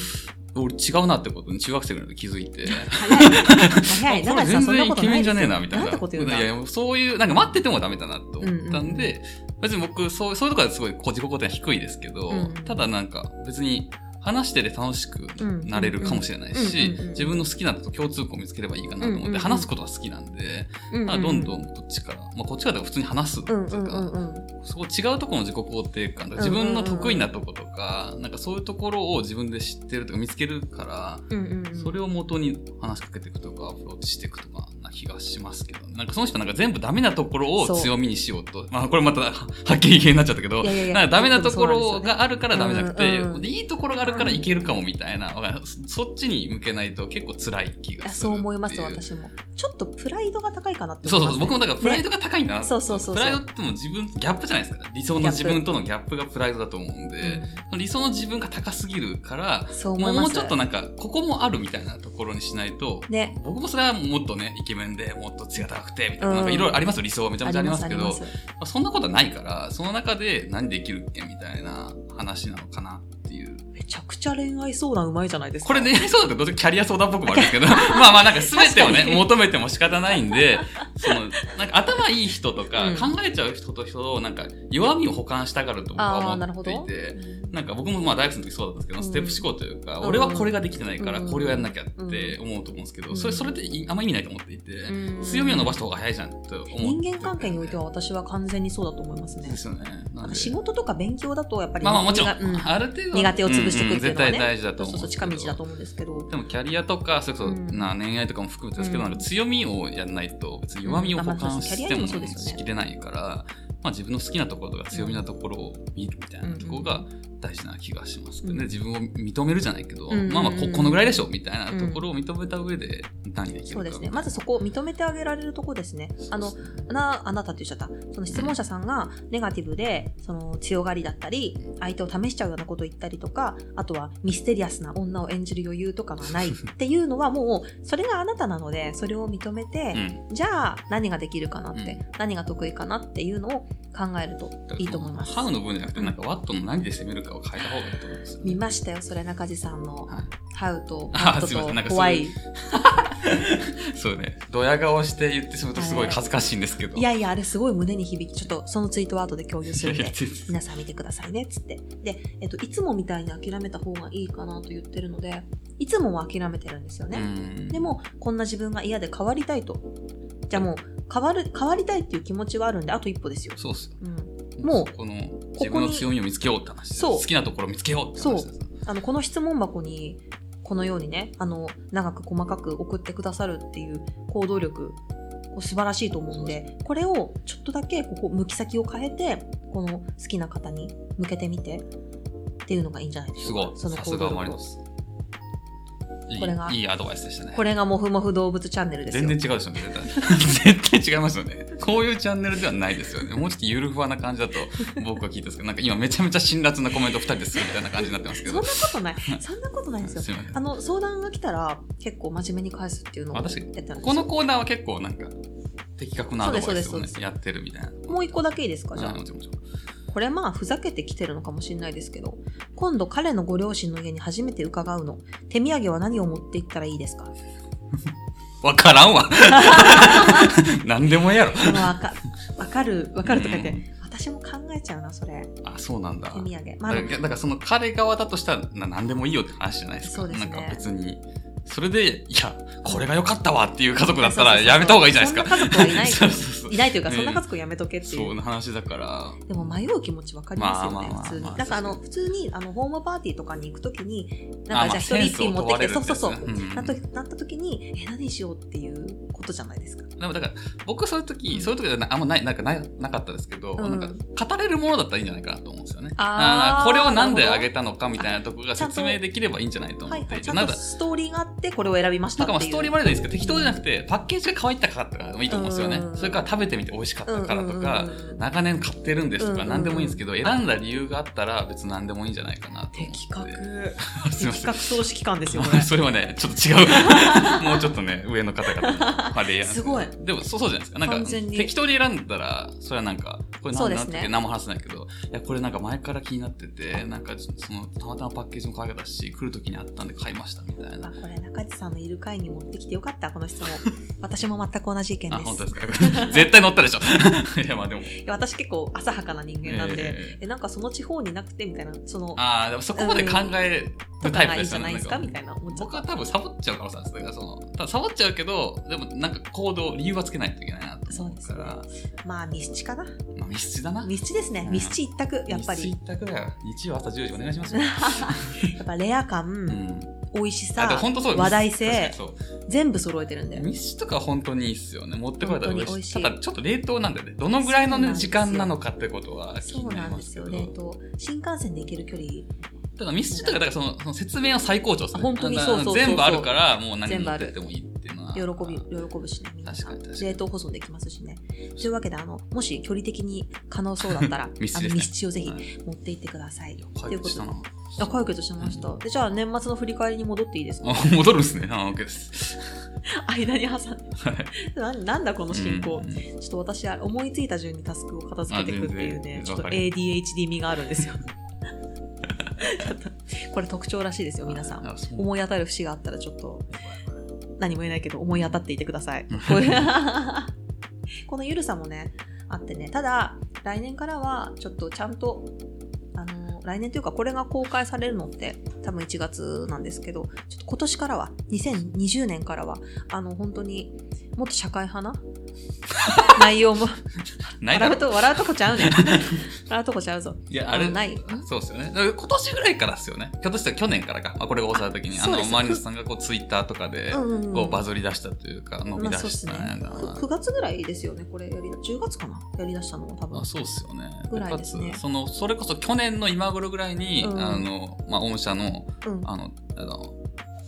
B: 俺違うなってことに中学生ぐらいで気づいて、
A: 早い。早い。
B: こ
A: 中
B: れ
A: 地さん、
B: 全
A: そんな
B: 然
A: こ
B: イ
A: と
B: ケ
A: な
B: メ
A: い
B: ン
A: です
B: じゃ
A: よ。
B: ねえな、みたいな。
A: んてこと言うんだ。
B: いやいや、そういう、なんか待っててもダメだなと思ったんで、別に僕、そうそういうところはすごい自己肯定は低いですけど、
A: うんうん
B: ただなんか、別に話してて楽しくなれるかもしれないし、
A: うんうんうん
B: 自分の好きなのと共通項を見つければいいかなと思っ
A: う
B: て、
A: んうんうん
B: 話すことが好きなんで、
A: うう
B: まあどんどんこっちから、まあこっちから普通に話すと
A: う
B: か、
A: んうんうんうん。
B: そこ違うところの自己肯定感とか
A: うんう
B: 自
A: んうん
B: 分の得意なとことか、なんかそういうところを自分で知ってるとか見つけるから、
A: うんうんうん
B: それを元に話しかけていくとか、アプローチしていくとかな気がしますけど、なんかその人なんか全部ダメなところを
A: そう
B: 強みにしようと。まあこれまたは っきり系になっちゃったけど、
A: いやいやいや
B: なんかダメなとこ
A: そうな
B: ろ
A: んですよね
B: があるからダメじゃなくて、
A: うんうん
B: でいいところがあるからいけるかもみたいな、わかるそそっちに向けないと結構辛い気が
A: あ
B: す
A: そ
B: る
A: う思います
B: ってう
A: 私もちょっとプライドが高いかなって
B: そ
A: 思
B: う
A: い
B: そ
A: ますね
B: うそう、僕もだからプライドが高いんだな、
A: ねそうそうそうそう
B: プライドってもう自分、ギャップじゃないですか。理想の自分とのギャップがプライドだと思うんで、理想の自分が高すぎるから
A: う、んそう思います
B: もうちょっとなんか、ここもあるみたいなところにしないと、
A: ね
B: 僕もそれはもっとね、イケメンでもっと強が高くて、みたいな、
A: うん
B: なんかいろいろありますよ、理想はめちゃめちゃありますけど、
A: あ
B: ま
A: ります
B: あそんなことはないから、その中で何できるっけみたいな話なのかなっていう。
A: めちゃくちゃ恋愛相談うまいじゃないですか
B: これ恋愛相談ってどっちかキャリア相談っぽくもあるんですけど、 まあまあなんか全てを
A: 確かに
B: ね、求めても仕方ないんで、その、なんか頭いい人とか、
A: うん
B: 考えちゃう人と人をなんか弱みを補完したがると僕
A: あ
B: は
A: ーなるほ
B: 思ってい
A: ど
B: て、なんか僕もまあ大学生の時そうだったんですけど、
A: うん
B: ステップ思考というか、
A: うん
B: 俺はこれができてないから
A: うん
B: これをやんなきゃって思うと思うんですけど、
A: うん
B: それ、それっていあんま意味ないと思っていて、
A: うん
B: 強みを伸ばした方が早いじゃんと思って。
A: 人間関係においては私は完全にそうだと思いますね
B: ですよね。なんで
A: 仕事とか勉強だとやっぱり
B: まあまあもちろん、
A: 苦うん
B: ある程度。
A: 苦手を潰していくっていうのはね
B: んん絶対大事だ
A: そ
B: と
A: う
B: 思う
A: そ
B: ん
A: うそう近
B: ですけど。
A: 道だと思うんですけど
B: でもキャリアとか、それこそ、
A: うん
B: な恋愛とかも含めてですけど、
A: うん
B: なんか強みをやらないと、別に弱みを
A: うんまあ
B: 補
A: まあ
B: 完して
A: キャリアに
B: も
A: もそうですよね
B: しきれないから、まあ自分の好きなところとか強みなところを見るみたいなところが大事な気がしますけどね。
A: うん
B: 自分を認めるじゃないけど、
A: うん
B: まあまあこ、このぐらいでしょみたいなところを認めた上で何できる
A: そ
B: か
A: うですねまずそこを認めてあげられるとこですねあのなあなたって言っちゃったその質問者さんがネガティブでその強がりだったり相手を試しちゃうようなことを言ったりとかあとはミステリアスな女を演じる余裕とかがないっていう のはもうそれがあなたなのでそれを認め
B: う
A: て、
B: ん。
A: じゃあ何ができるかなって、
B: うん
A: 何が得意かなっていうのを考えるといいと思います
B: ハウの分じゃなくて、なんかワットの何で攻めるかを変えた方がいいと思うんですよね
A: 見ましたよそれ中地さんの
B: はい
A: 「ハウと「
B: あ
A: ハウ
B: すいませんなん
A: と
B: か
A: 怖
B: そう
A: い
B: いそうね。ドヤ顔して言ってしまうとすごい恥ずかしいんですけど。
A: いやいやあれすごい胸に響きちょっとそのツイートワードで共有するん
B: いやい
A: で
B: や全然
A: 皆さん見てくださいねっつってで、えっと、いつもみたいに諦めた方がいいかなと言ってるのでいつもは諦めてるんですよね、
B: うん
A: でもこんな自分が嫌で変わりたいとじゃあもう変わる変わりたいっていう気持ちはあるんであと一歩ですよ、
B: そうっすよ
A: うん、もう
B: もうこの自分の強みを見つけようって話です
A: そう
B: 好きなところを見つけようって話です
A: あのこの質問箱にこのようにねあの長く細かく送ってくださるっていう行動力こう素晴らしいと思うんでこれをちょっとだけここ向き先を変えてこの好きな方に向けてみてっていうのがいいんじゃないです
B: す
A: か
B: ごい
A: その
B: さ
A: 行
B: す
A: 動
B: が
A: 力
B: マリ
A: を
B: ノスいい
A: これが
B: いいアドバイスでしたね
A: これがもふもふ動物チャンネルですよ
B: 全然違うでしょ絶対絶対違いますよねこういうチャンネルではないですよねもうちょっとゆるふわな感じだと僕は聞いたんですけどなんか今めちゃめちゃ辛辣なコメント2人でするみたいな感じになってますけ
A: そんな
B: ど
A: こと ないそんなことないんですよ
B: すいません
A: あの相談が来たら結構真面目に返すっていうのをやって
B: 私
A: るんですよ
B: このコーナーは結構なんか的確なアドバイス
A: そ
B: を
A: うで
B: ね
A: すそうです
B: やってるみたいな
A: もう一個だけいいですかじゃあ
B: あもちろんもちろん
A: これまあふざけてきてるのかもしれないですけど今度彼のご両親の家に初めて伺うの手土産は何を持って行ったらいいですか
B: わからんわ 何でもええやろ
A: わ かわかるわかるとか言って、
B: うん
A: 私も考えちゃうなそれ
B: あそうなんだ
A: 手土産ま
B: だ
A: あ
B: か
A: で
B: ら
A: も
B: だからその彼側だとしたらな何でもいいよって話じゃないですか。
A: そうですね
B: なんか別に。それで、いや、これが良かったわっていう家族だった
A: そうそう
B: ら
A: そう
B: やめた方がいいじゃないですか。
A: そんな家族はいない
B: そうそうそう
A: い。ないというか、
B: ね
A: そんな家族やめとけってい
B: そううな話だから。
A: でも迷う気持ちわかりますよね、
B: まあまあまあまあ
A: 普通に
B: まあ
A: なんかあの
B: そう
A: 普通にあのホームパーティーとかに行くときにな
B: あ
A: ん
B: ま
A: か
B: あ
A: じゃあ一人一品持ってきて、
B: セ
A: そ
B: ン
A: う
B: ス
A: そ
B: を
A: うそう
B: 問われるってやつね
A: なっとなった時にえ何にしようっていうことじゃないですか
B: でもだから、僕はそういう時、
A: うん
B: そういう時はなあんまない、なんかななかったですけど、
A: うん
B: なんか語れるものだったらいいんじゃないかなと思うんですよね。
A: あー
B: ーこれをなんであげたのかみたいなとこが
A: ちゃんと
B: 説明できればいいんじゃないと
A: は
B: 思
A: い
B: って
A: はいい
B: て
A: ちゃ
B: なん
A: ん
B: か
A: とストーリーがあってこれを選びました
B: な
A: っ
B: ん
A: て
B: か
A: いう
B: まあストーリーまではいいですけど、適当じゃなくて、パッケージが可愛いったからとかでもいいと思うんですよね。
A: うん
B: それから食べてみて美味しかったからとか、
A: うんうんうん
B: 長年買ってるんですと
A: うんうん
B: か
A: うん
B: 何でもいいんですけど、選んだ理由があったら別に何でもいいんじゃないかなと思って
A: 的確
B: すいま
A: 的
B: せん
A: 確総指揮官ですよ
B: ま
A: ね
B: あ それはねちょっと違 うもうちょっとね上の方々のまあレイヤー
A: すごい
B: でもそうそうじゃないですかなん
A: 完
B: か
A: 全に
B: 適当に選んだらそれはなんかこれ
A: そう
B: 何
A: で
B: だ
A: す
B: っ
A: ね
B: て何も話せないけどいやこれなんか前から気になっててなんかそのたまたまパッケージも可愛かったし来る時にあったんで買いましたみたい
A: あ
B: な
A: これ中地さんのいる会に持ってきてよかったこの質問私も全く同じ意見
B: あ
A: で
B: 本
A: す
B: 当ですか 絶対乗ったでしょいやまあでも
A: いや私結構浅はかな人間なんで、
B: え
A: えなんかその地方になくてみたいなその
B: ああでもそこまで考え
A: と
B: る
A: か
B: タイプ
A: がい
B: で
A: い
B: す
A: じゃ
B: よね
A: ないですか
B: ん
A: みたいな思っちゃっ
B: 僕
A: た
B: は多分サボっちゃう可能性あるんですよだからその多分サボっちゃうけどでもなんか行動理由はつけないといけないなと思うから
A: まあミスチかな
B: まあ密室だな
A: ミスチですね
B: うん
A: ミスチ一択やっぱ
B: 密
A: り
B: 室一択だよ日曜朝10時お願いしますよ
A: やっぱレア感、
B: うん
A: 美味し
B: あ、で
A: さ
B: も本当そう
A: 話題性
B: 確かにそう。
A: 全部揃えてるんだよ
B: ミスとか本当にいいっすよね。持ってこれたら
A: 本当に美味しい
B: ただちょっと冷凍なんだよね。どのぐらいの、
A: そうなんで
B: ね、
A: す
B: 時
A: よ
B: 間なのかってことは気
A: そう
B: にな
A: な
B: り
A: ん
B: ま
A: ですす
B: け
A: よ
B: ど。
A: ねと新幹線で行ける距離
B: ただミス自体がだからそのその説明を最高潮する。
A: あ本当に
B: だから
A: そうそうそうそう
B: 全部あるから、もう何持ってってもいいっていうのは。
A: 喜び喜ぶしねみんな
B: 確かに確かに
A: 冷凍保存できますしねというわけであのもし距離的に可能そうだった ら
B: 密室
A: あ
B: で
A: の
B: すね
A: 密室をぜひ
B: はい
A: 持って行ってください、
B: いや
A: とい
B: 解
A: うこと
B: 決し
A: で
B: たな。
A: あ解決しました、
B: うん
A: でじゃあ年末の振り返りに戻っていいですか
B: あ戻るんですね。あ、OK です。
A: 間に挟んで
B: はい。
A: ななんだこの進行、
B: うんうん
A: ちょっと私あ思いついた順にタスクを片付けていくっていうね
B: あ全然
A: ちょっと
B: わかり
A: ADHD 味があるんです よちょっとこれ特徴らしいですよ皆さん
B: あそう
A: 思い当たる節があったらちょっと何も言えないけど思い当たっていてくださ い
B: うん
A: こういうこのゆるさもねあってねただ来年からはちょっとちゃんとあの来年というかこれが公開されるのって多分1月なんですけどちょっと今年からは2020年からはあの本当にもっと社会派 な内容も
B: ないだ
A: 笑
B: ろ
A: うと笑うとこちゃうね笑うとこちゃうぞ
B: いや、あれ、
A: ない
B: そうですよね。だから今年ぐらいからですよね。ひょっとしたら去年からか。まあ、これが大阪の時に、
A: あ
B: あ
A: そう
B: の、
A: です
B: マリノスさんがこう、ツイッターとかで、
A: んんん
B: こう、バズり出したというか、伸び
A: まあ
B: 出
A: そうっ
B: し
A: す
B: た
A: ね
B: んやな。
A: く9月ぐらいですよねこれやりだ10月かなやりだしたのも多分
B: あそうっすよね。
A: ぐらいですね
B: かつその、それこそ去年の今頃ぐらいに、
A: うん
B: あの、まあ、御社の、
A: うん
B: あの、あの、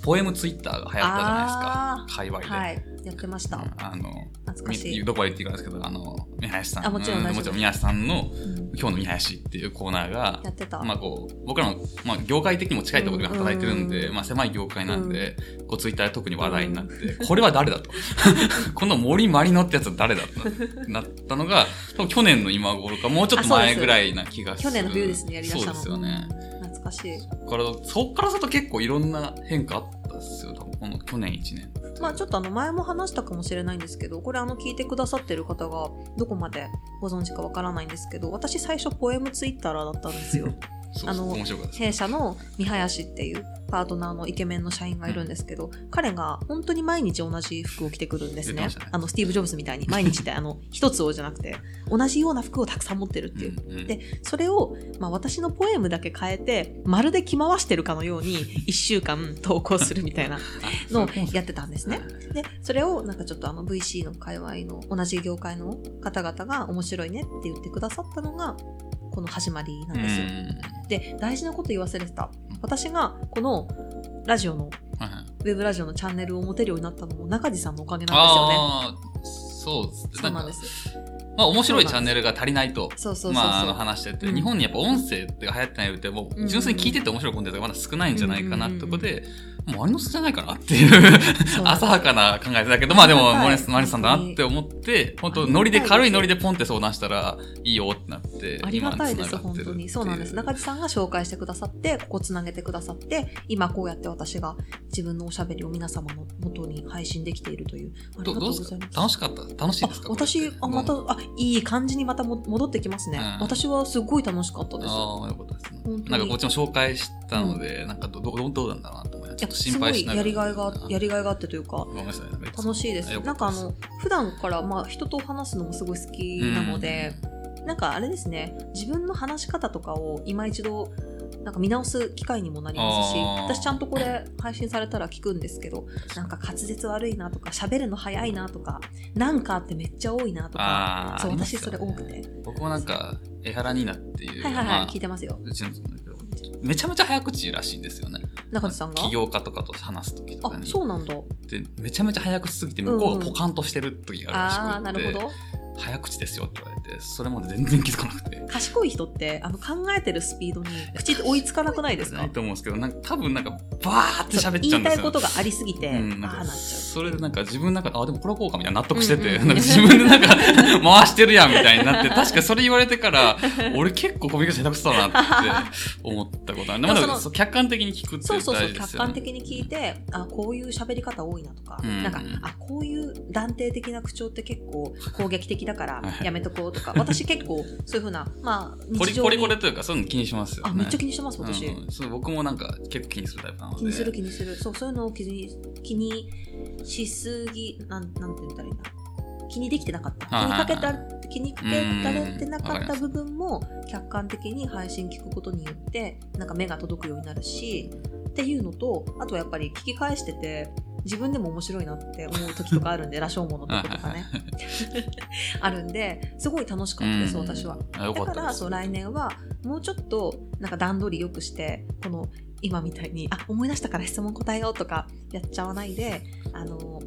B: ポエムツイッターが流行ったじゃないですか。界隈で。
A: はいやってました
B: うんあの、
A: 懐かし
B: み
A: い
B: どこは言っていいかわかんないですけど、あの、宮橋さん。
A: あもちろん大丈夫
B: うもちろん宮橋さんの、
A: うん
B: 今日の宮橋っていうコーナーが
A: や、ってた
B: まあこう、僕らの、まあ、業界的にも近いところで働いてるんで、
A: うん
B: まあ狭い業界なんで、こうツイッターで特に話題になって、これは誰だと。 この森マリノってやつは誰だ となったのが、多分去年の今頃か、もうちょっと
A: あそうで
B: 前
A: す
B: ぐらいな気がする。
A: 去年の冬ですねやりだしたの
B: そうですよね。
A: 懐かしい
B: だからそこからすると結構いろんな変化あったっすよ、多分この去年1年。
A: まあちょっとあの前も話したかもしれないんですけどこれあの聞いてくださってる方がどこまでご存知かわからないんですけど私最初ポエムツイッターだったんですよ
B: そう
A: あの
B: 面白かったです。
A: 弊社の三林っていうパートナーのイケメンの社員がいるんですけど、彼が本当に毎日同じ服を着てくるんです
B: 言
A: ね
B: ってましたね
A: あのスティーブ・ジョブズみたいに毎日であの 一つをじゃなくて同じような服をたくさん持ってるっていう、
B: うんうん
A: でそれを、まあ、私のポエムだけ変えてまるで着回してるかのように1 週間投稿するみたいな
B: あ
A: のを
B: そう
A: やってたんですね。でそれをなんかちょっとあの VC の界隈の同じ業界の方々が面白いねって言ってくださったのがこの始まりなんですよ。で大事なこと言わせれてた
B: うん
A: 私がこのラジオの
B: うんはいはい
A: ウェブラジオのチャンネルを持てるようになったのも中地さんのおかげなんですよね。
B: ああ、そうですね。
A: そうなんです。
B: まあ面白いチャンネルが足りないと。
A: そうそうそうそう。
B: まあ、あの話してて、
A: うん
B: 日本にやっぱ音声って流行ってないよって、も
A: うん
B: う純粋に聞いてて面白いコンテンツがまだ少ないんじゃないかな
A: う
B: っ
A: ん
B: てことで、もうマリノスじゃないかなっていう、
A: そうなんです
B: 浅はかな考えだけど、まあでも、
A: はい
B: マリノスマリノスさんだなって思って、本当ノリで、軽いノリでポンって相談したら、いいよってなって、
A: ありがたいで
B: 今
A: す、
B: 繋がっ
A: 本
B: てる
A: 当に。そうなんです。中地さんが紹介してくださって、ここつなげてくださって、今こうやって私が自分のおしゃべりを皆様の元に配信できているという。ありがと
B: ど
A: う
B: どう
A: ご
B: で
A: ざ
B: す
A: います。
B: か楽しかった楽しいですか
A: あ私あ、また、あ、いい感じにまたも戻ってきますね。
B: うん
A: 私はすごい楽しかったです。
B: ああ、よかったですね
A: 本当。に
B: なんかこっちも紹介したので、なんかどどどうなんだろうなと思いま
A: い
B: す。ち
A: や
B: ょっと
A: す
B: 心
A: ご
B: 配
A: い
B: しなが
A: や
B: ら。
A: りがいがあ、やりがいがあってというか
B: ご、めんなさい。なんかいつも
A: 楽しいです。
B: よ
A: なんかあ
B: かったです
A: の、普段からまあ人と話すのもすごい好きなので、なんかあれですね、自分の話し方とかを今一度なんか見直す機会にもなりますし、
B: あー
A: 私ちゃんとこれ配信されたら聞くんですけど
B: う、
A: なんか滑舌悪いなとか、喋るの早いなとか、なんかあってめっちゃ多いなとか、
B: あー
A: そう、
B: あります
A: 私
B: よ
A: それ多くて。
B: 僕もなんか江原ニーナっていう、
A: はいはいはい、
B: まあ
A: 聞いてますよ。
B: うちの妻だけどめちゃめちゃ早口らしいんですよね
A: 中地さんが
B: 起。業家とかと話す時とか
A: あ、
B: に
A: そうなんだ。
B: でめちゃめちゃ早口すぎて向こうがポカンとしてる時が
A: ああ
B: あ
A: ー、
B: る
A: な
B: らしく
A: る
B: て、
A: ほど。
B: 早口ですよって言われてそれまで全然気づかなくて
A: 賢い人って、あの考えてるスピードに口って追いつかなくないです
B: な
A: か
B: いと思うんですけどなんか多分なんかバーって喋っちゃ
A: 言
B: うん
A: い
B: で
A: た
B: す
A: い
B: よ
A: ことがありすぎて、
B: うん、な
A: あ
B: ん
A: あな
B: か
A: っちゃう。
B: それでなんか自分の中であでもこれはこうかみたいに納得してて、
A: うんうん
B: なんか自分でなんか 回してるやんみたいになって確かにそれ言われてから俺結構コミュニケーション下手くそだなって思ったことある
A: でも
B: でも
A: そ
B: で
A: の
B: もそう客観的に聞くって
A: そう
B: 大事です
A: そ
B: よ
A: うそう、客観
B: ね
A: 的に聞いて、あこういう喋り方多いなとか、
B: うん
A: なんか、あこういう断定的な口調って結 構攻撃的だから
B: はい
A: やめとこうとか、私結構そういうふうな、まあ、
B: ポ
A: 日
B: リ
A: 常に
B: ポリポリというかそういうの気にしますよね
A: あ、めっちゃ気にしてます、
B: うん
A: 私。
B: そう僕もなんか結構気にするタイプなので
A: 気にする気にする。そう、そういうのを気に気にしすぎ、なんなんて言ったらいいんだ。気にできてなかった。気
B: はい
A: に
B: はいは
A: か
B: い
A: けた、気にかけられてなか
B: うんわか
A: っ
B: り
A: た
B: ます
A: 部分も客観的に配信聞くことによって、なんか目が届くようになるし、っていうのとあとはやっぱり聞き返してて自分でも面白いなって思う時とかあるんで「羅 生門」のとことか ねあるんですごい楽しかったです、
B: うん
A: 私は。
B: あよ
A: だ
B: かっ
A: か
B: たで
A: ら
B: す
A: そう来年はもうちょっとなんか段取りよくしてこの今みたいに「あ思い出したから質問答えよう」とかやっちゃわないであの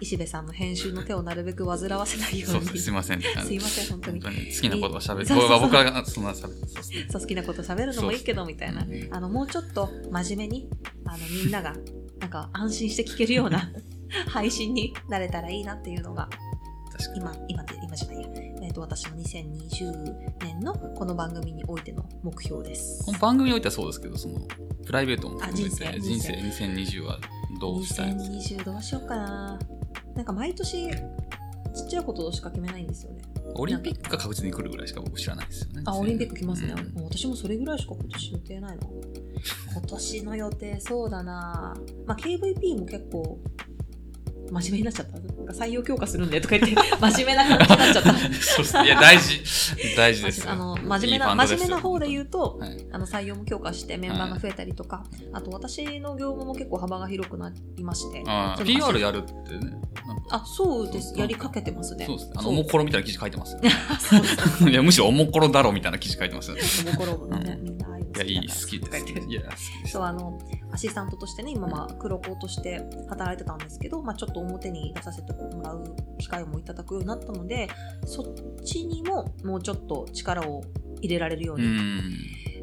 A: 石部さんの編集の手をなるべく煩わせないよ
B: そうう
A: に
B: ですねすいませんって感
A: すい
B: じ
A: ません本当
B: 本
A: に
B: 当に好きなことをしゃべる
A: そうそうそう
B: 僕は僕はそんなしゃべってそうですね
A: そう好きなこと喋るのもいいけどみたいな
B: うん
A: あのもうちょっと真面目にあのみんながなんか安心して聞けるよう な配信になれたらいいなっていうのが
B: 確かに
A: 今今で今じゃないや、えー、と私の2020年のこの番組においての目標です
B: この番組においてはそうですけどそのプライベートも含め
A: あ
B: て
A: 人
B: 人
A: 生
B: 生2020はどうしたいですか
A: 2020どうしようかななんか毎年ちっちゃいことしか決めないんですよね
B: オリンピックが確実に来るぐらいしか僕知らないですよね
A: あオリンピック来ますね、
B: うん
A: 私もそれぐらいしか今年予定ないな今年の予定そうだなまあ KVP も結構真面目になっちゃったなんか採用強化するんでとか言って 真面目な感じになっちゃった
B: そうですねいや大事 大事ですよ
A: あの真面目
B: いい
A: な
B: バンド
A: 真
B: で
A: 面
B: すよ
A: 目な方で言うと、
B: はい
A: あの採用も強化してメンバーが増えたりとか、あと私の業務も結構幅が広くなりまして
B: あ
A: そ
B: ー
A: の
B: PR やるってねなんか
A: あそうです
B: そう
A: やりかけてますね
B: そうですねあ
A: そ
B: の
A: う
B: おもころみたいな記事書いてますよ
A: そうそう
B: いやむしろおもころだろみたいな記事書い てますよね
A: おもころもね、
B: う
A: みんなああいうの
B: い
A: 好
B: や
A: き
B: い
A: だか
B: い
A: ら
B: 好き
A: とか
B: で
A: 言
B: す
A: って
B: ねいや好きです
A: そうあのアシスタントとしてね今まあ黒子として働いてたんですけど、まあ、ちょっと表に出させてもらう機会もいただくようになったのでそっちにももうちょっと力を入れられるよう
B: う
A: に
B: ん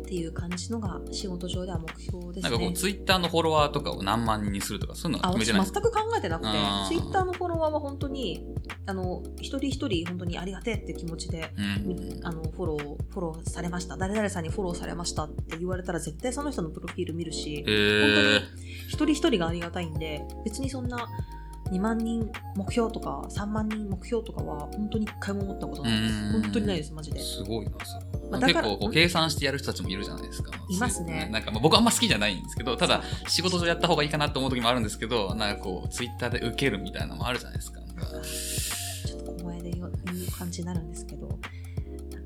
A: っていう感じのが仕事上では目標です
B: なんかこう、
A: ね。
B: ツイッターのフォロワーとかを何万人にするとか、そういうのは
A: あ
B: 決め
A: 私
B: てな
A: 全
B: いんですか
A: く考えてなくて
B: あー
A: ツイッターのフォロワーは本当にあの一人一人本当にありがてえって気持ちで
B: うん。
A: あのフォローフォローされました誰々さんにフォローされましたって言われたら絶対その人のプロフィール見るし
B: え
A: 本
B: ー、
A: 一人一人がありがたいんで別にそんな2万人目標とか3万人目標とかは本当に一回も思ったことないです
B: うん
A: 本当にないですマジです
B: ごいな、それ
A: まあだ
B: 結
A: から
B: 構こう計算してやる人たちもいるじゃないですか。
A: いますね
B: なんかまあ僕あんま好きじゃないんですけど、ただ仕事上やった方がいいかなと思う時もあるんですけど、なんかこうツイッターで受けるみたいなのもあるじゃないですか。なんか
A: ちょっと小声で言う言う感じになるんですけどなんか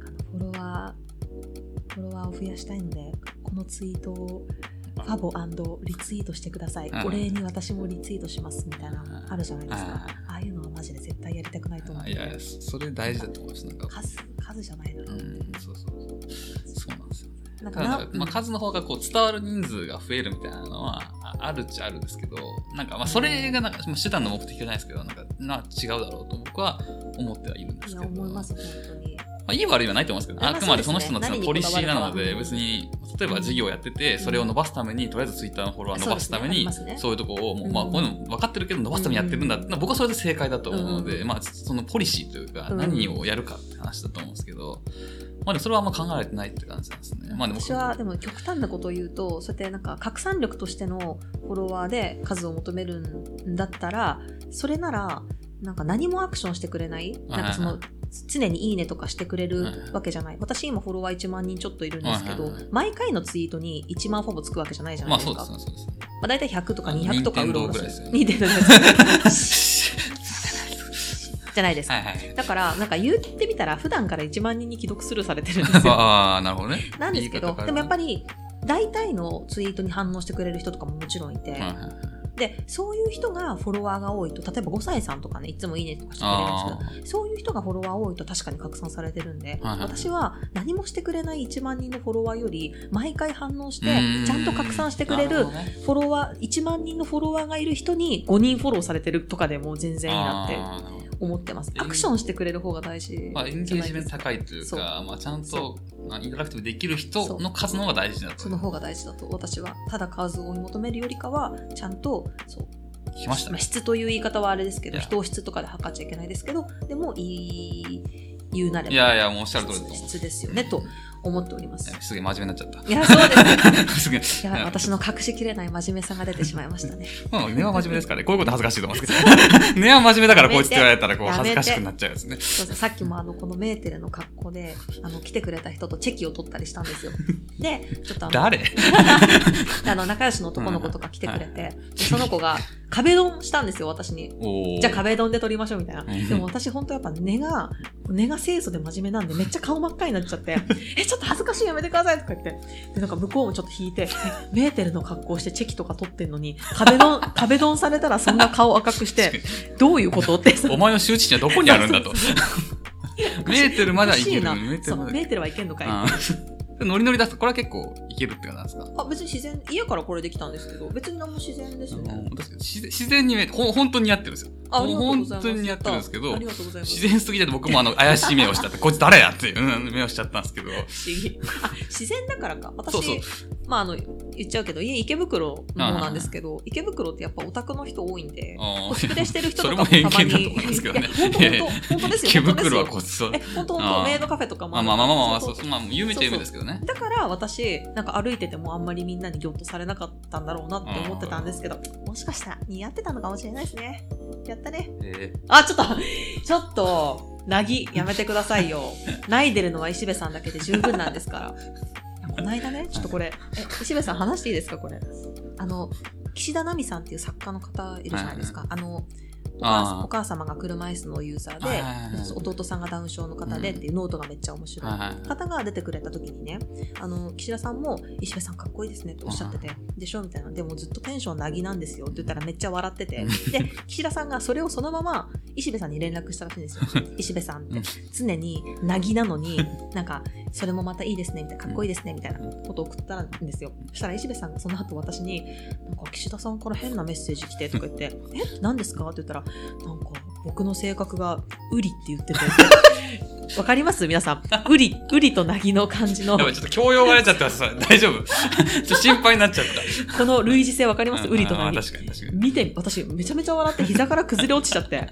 A: あのフォロワーフォロワーを増やしたいのでこのツイートをファボリツイートしてください、
B: うん
A: お礼に私もリツイートしますみたいなのあるじゃないですか、
B: う
A: ああいうのはマジで絶対やりたくないと思う
B: あいやいや、それ大事だと思います。なんか、
A: 数数じゃないな、
B: うん、そうそうそう。そうなんですよ。
A: なん
B: た
A: か
B: だ
A: な
B: まあ、数の方がこう伝わる人数が増えるみたいなのはああるっちゃあるんですけどなんかまあそれがなんか、まあ、手段の目的じゃないですけどなんかな違うだろうと僕は思ってはいるんで
A: い
B: す
A: や
B: けど
A: 思います本当に
B: まあ、いい悪いはないと思うんですけど、
A: まあ
B: あくまでその人
A: そ
B: の
A: うですね
B: そのポリシーなの
A: 何にこだわるか
B: で
A: は
B: 別に例えば事業やっててそれを伸ばすためにとりあえずツイッターのフォロワー伸ばすため
A: そ
B: に
A: うですねありますね
B: そういうとこをもう、
A: うん
B: まあ、こういうの分かってるけど伸ばすためにやってるんだってのは僕はそれで正解だと思うので、
A: うん
B: まあ、そのポリシーというか
A: うん
B: 何をやるかって話だと思うんですけど、まあ、でもそれはあんま考えられてないって感じなんですね。まあ、でも
A: 私はでも極端なことを言うとそうやってなんか拡散力としてのフォロワーで数を求めるんだったらそれならなんか何もアクションしてくれないなんかそ
B: は
A: の常に「いいね」とかしてくれ
B: はいは
A: る
B: い
A: わけじゃない私今フォロワー1万人ちょっといるんですけ
B: は
A: ど
B: いはいはい
A: 毎回のツイートに1万フォボつくわけじゃないじゃな
B: ま
A: い
B: あ
A: で
B: そ
A: すか、
B: うで
A: ま
B: すね、そうですね。
A: あ、大体100とか200とか
B: 任
A: うろう
B: 天堂
A: ろ
B: ぐ
A: する
B: らいですよね
A: 似てる じゃないですか、
B: はいはい。
A: だからなんか言ってみたら普段から1万人に既読スルーされてるんですよ
B: ああ、なるほどね。
A: なんですけど、でもやっぱり大体のツイートに反応してくれる人とかももちろんいて、
B: りはいはいはい、
A: でそういう人がフォロワーが多いと例えば5歳さんとかねいつも「いいね」とかしてくれるんですけ
B: あ
A: どそういう人がフォロワー多いと確かに拡散されてるんで、
B: はいはい
A: 私は何もしてくれない1万人のフォロワーより毎回反応し
B: あー。
A: てちゃんと拡散してくれる
B: うーんなほどね
A: フォロワー1万人のフォロワーがいる人に5人フォローされてるとかでもう全然いいなって
B: あーなるほど
A: 思ってます
B: えー
A: アクションしてくれる方が大事
B: まあ、エンゲージメント高いという
A: そう
B: か、まあ、ちゃん
A: そ
B: とまあインタラクティブできる人の数の方が大事だと
A: その方が大事だと私はただ数を追い求めるよりかはちゃんとそう
B: 聞きました
A: まあ
B: ね。
A: 質という言い方はあれですけど
B: いや
A: 人を質とかで測っちゃいけないですけどでもいい言うなれば
B: いやいや、もうおっしゃる通りだと
A: 質
B: 思
A: 質ですよねと思っております
B: う。すげえ真面目になっちゃった。
A: いやそうです ね
B: すげえ。
A: いや私の隠しきれない真面目さが出てしまいましたね
B: まあ、根は真面目で すからね。こういうこと恥ずかしいと思うんですけど。 根は真面目だからこう言って言われたら、こう
A: やめて
B: 恥ずかしくなっちゃうやつね。
A: そうですさっきもあのこのメーテルの格好であの来てくれた人とチェキを取ったりしたんですよでちょっとあの
B: 誰
A: あの仲良しの男の子とか来てくれて、でその子が壁ドンしたんですよ私に
B: おー
A: じゃあ壁ドンで撮りましょうみたいな。
B: うん
A: でも私本当やっぱ根が根が清楚で真面目なん でめっちゃ顔真っ赤になっちゃって「えちょっと恥ずかしいやめてください」とか言ってでなんか向こうもちょっと引い てえメーテルの格好してチェキとか取ってんのに壁 ドン壁ドンされたらそんな顔赤くしてどういうことって
B: お前の周知値はどこにあるんだと。 メーテルまだいける。メ
A: な
B: ーテ
A: そ
B: ル
A: う
B: まだい
A: メ
B: け
A: ーテルはいけんのかい
B: る。うん ノリノリだと、これは結構いけるって感じなんですか
A: あ別に自然家からこれできたんですけど別に何も自然ですね
B: 確かに自然自然に見えて、ほん本当にやってるんですよ。
A: あありがとうございます
B: 本当にやってるんですけど
A: ありがとうございます
B: 自然すぎて僕もあの、怪しい目をしちゃって、こいつ誰やっていううん目をしちゃったんですけど。
A: 不思議あ自然だからか私
B: そうそう
A: まああの言っちゃうけど家池袋の方なんですけど池袋ってやっぱオタクの人多いんで
B: あ
A: コ
B: ー
A: スプレしてる人
B: そ
A: と
B: れ
A: か
B: も
A: も
B: 偏
A: たま
B: 見だと
A: に
B: 思いますけ どね。
A: いや本当本当本当ですよ
B: 池袋は
A: 本
B: こっちそう
A: 当。ですよえ本当本
B: あ
A: 当
B: ー
A: メイドカフェとかも
B: まあ
A: る
B: まあまあまあまあ、そう
A: そう
B: そうまあ、有名っちゃ有名ですけどね。
A: だから私なんか歩いててもあんまりみんなにギョッとされなかったんだろうなって思ってたんですけどもしかしたら似合ってたのかもしれないですねやったね
B: え
A: あ、ちょっと、ちょっと、なぎ、やめてくださいよ。ないでるのは石部さんだけで十分なんですから。いやこの間ね、ちょっとこれ、え、石部さん話していいですか、これ。あの、岸田奈美さんっていう作家の方いるじゃないですか。あの、お
B: あー
A: 母お母様が車椅子のユーザー
B: はいはいはい
A: で、弟さんがダウン症の方でっていうノートがめっちゃ面白い。
B: はいはい
A: 方が出てくれた時にねあの岸田さんも「石部さんかっこいいですね」っておっしゃってて「でしょ?」みたいな「でもずっとテンションなぎなんですよ」って言ったらめっちゃ笑っててで岸田さんがそれをそのまま石部さんに連絡したらしいんですよ「石部さんって常になぎなのになんかそれもまたいいですね」みたいな「かっこいいですね」みたいなことを送ったんですよそしたら石部さんがその後私に「なんか岸田さんから変なメッセージ来て」とか言って「え何ですか?」って言ったら「なんか僕の性格がウリって言 ってて」わかります皆さん。ウリ、ウリとナギの感じの
B: や、ばい、ちょっと教養が出ちゃってます。 それ大丈夫ちょっと心配になっちゃった。
A: この類似性わかりますウリとナ
B: あー
A: ギ。
B: 確かに確かに。
A: 見て、私、めちゃめちゃ笑って膝から崩れ落ちちゃって。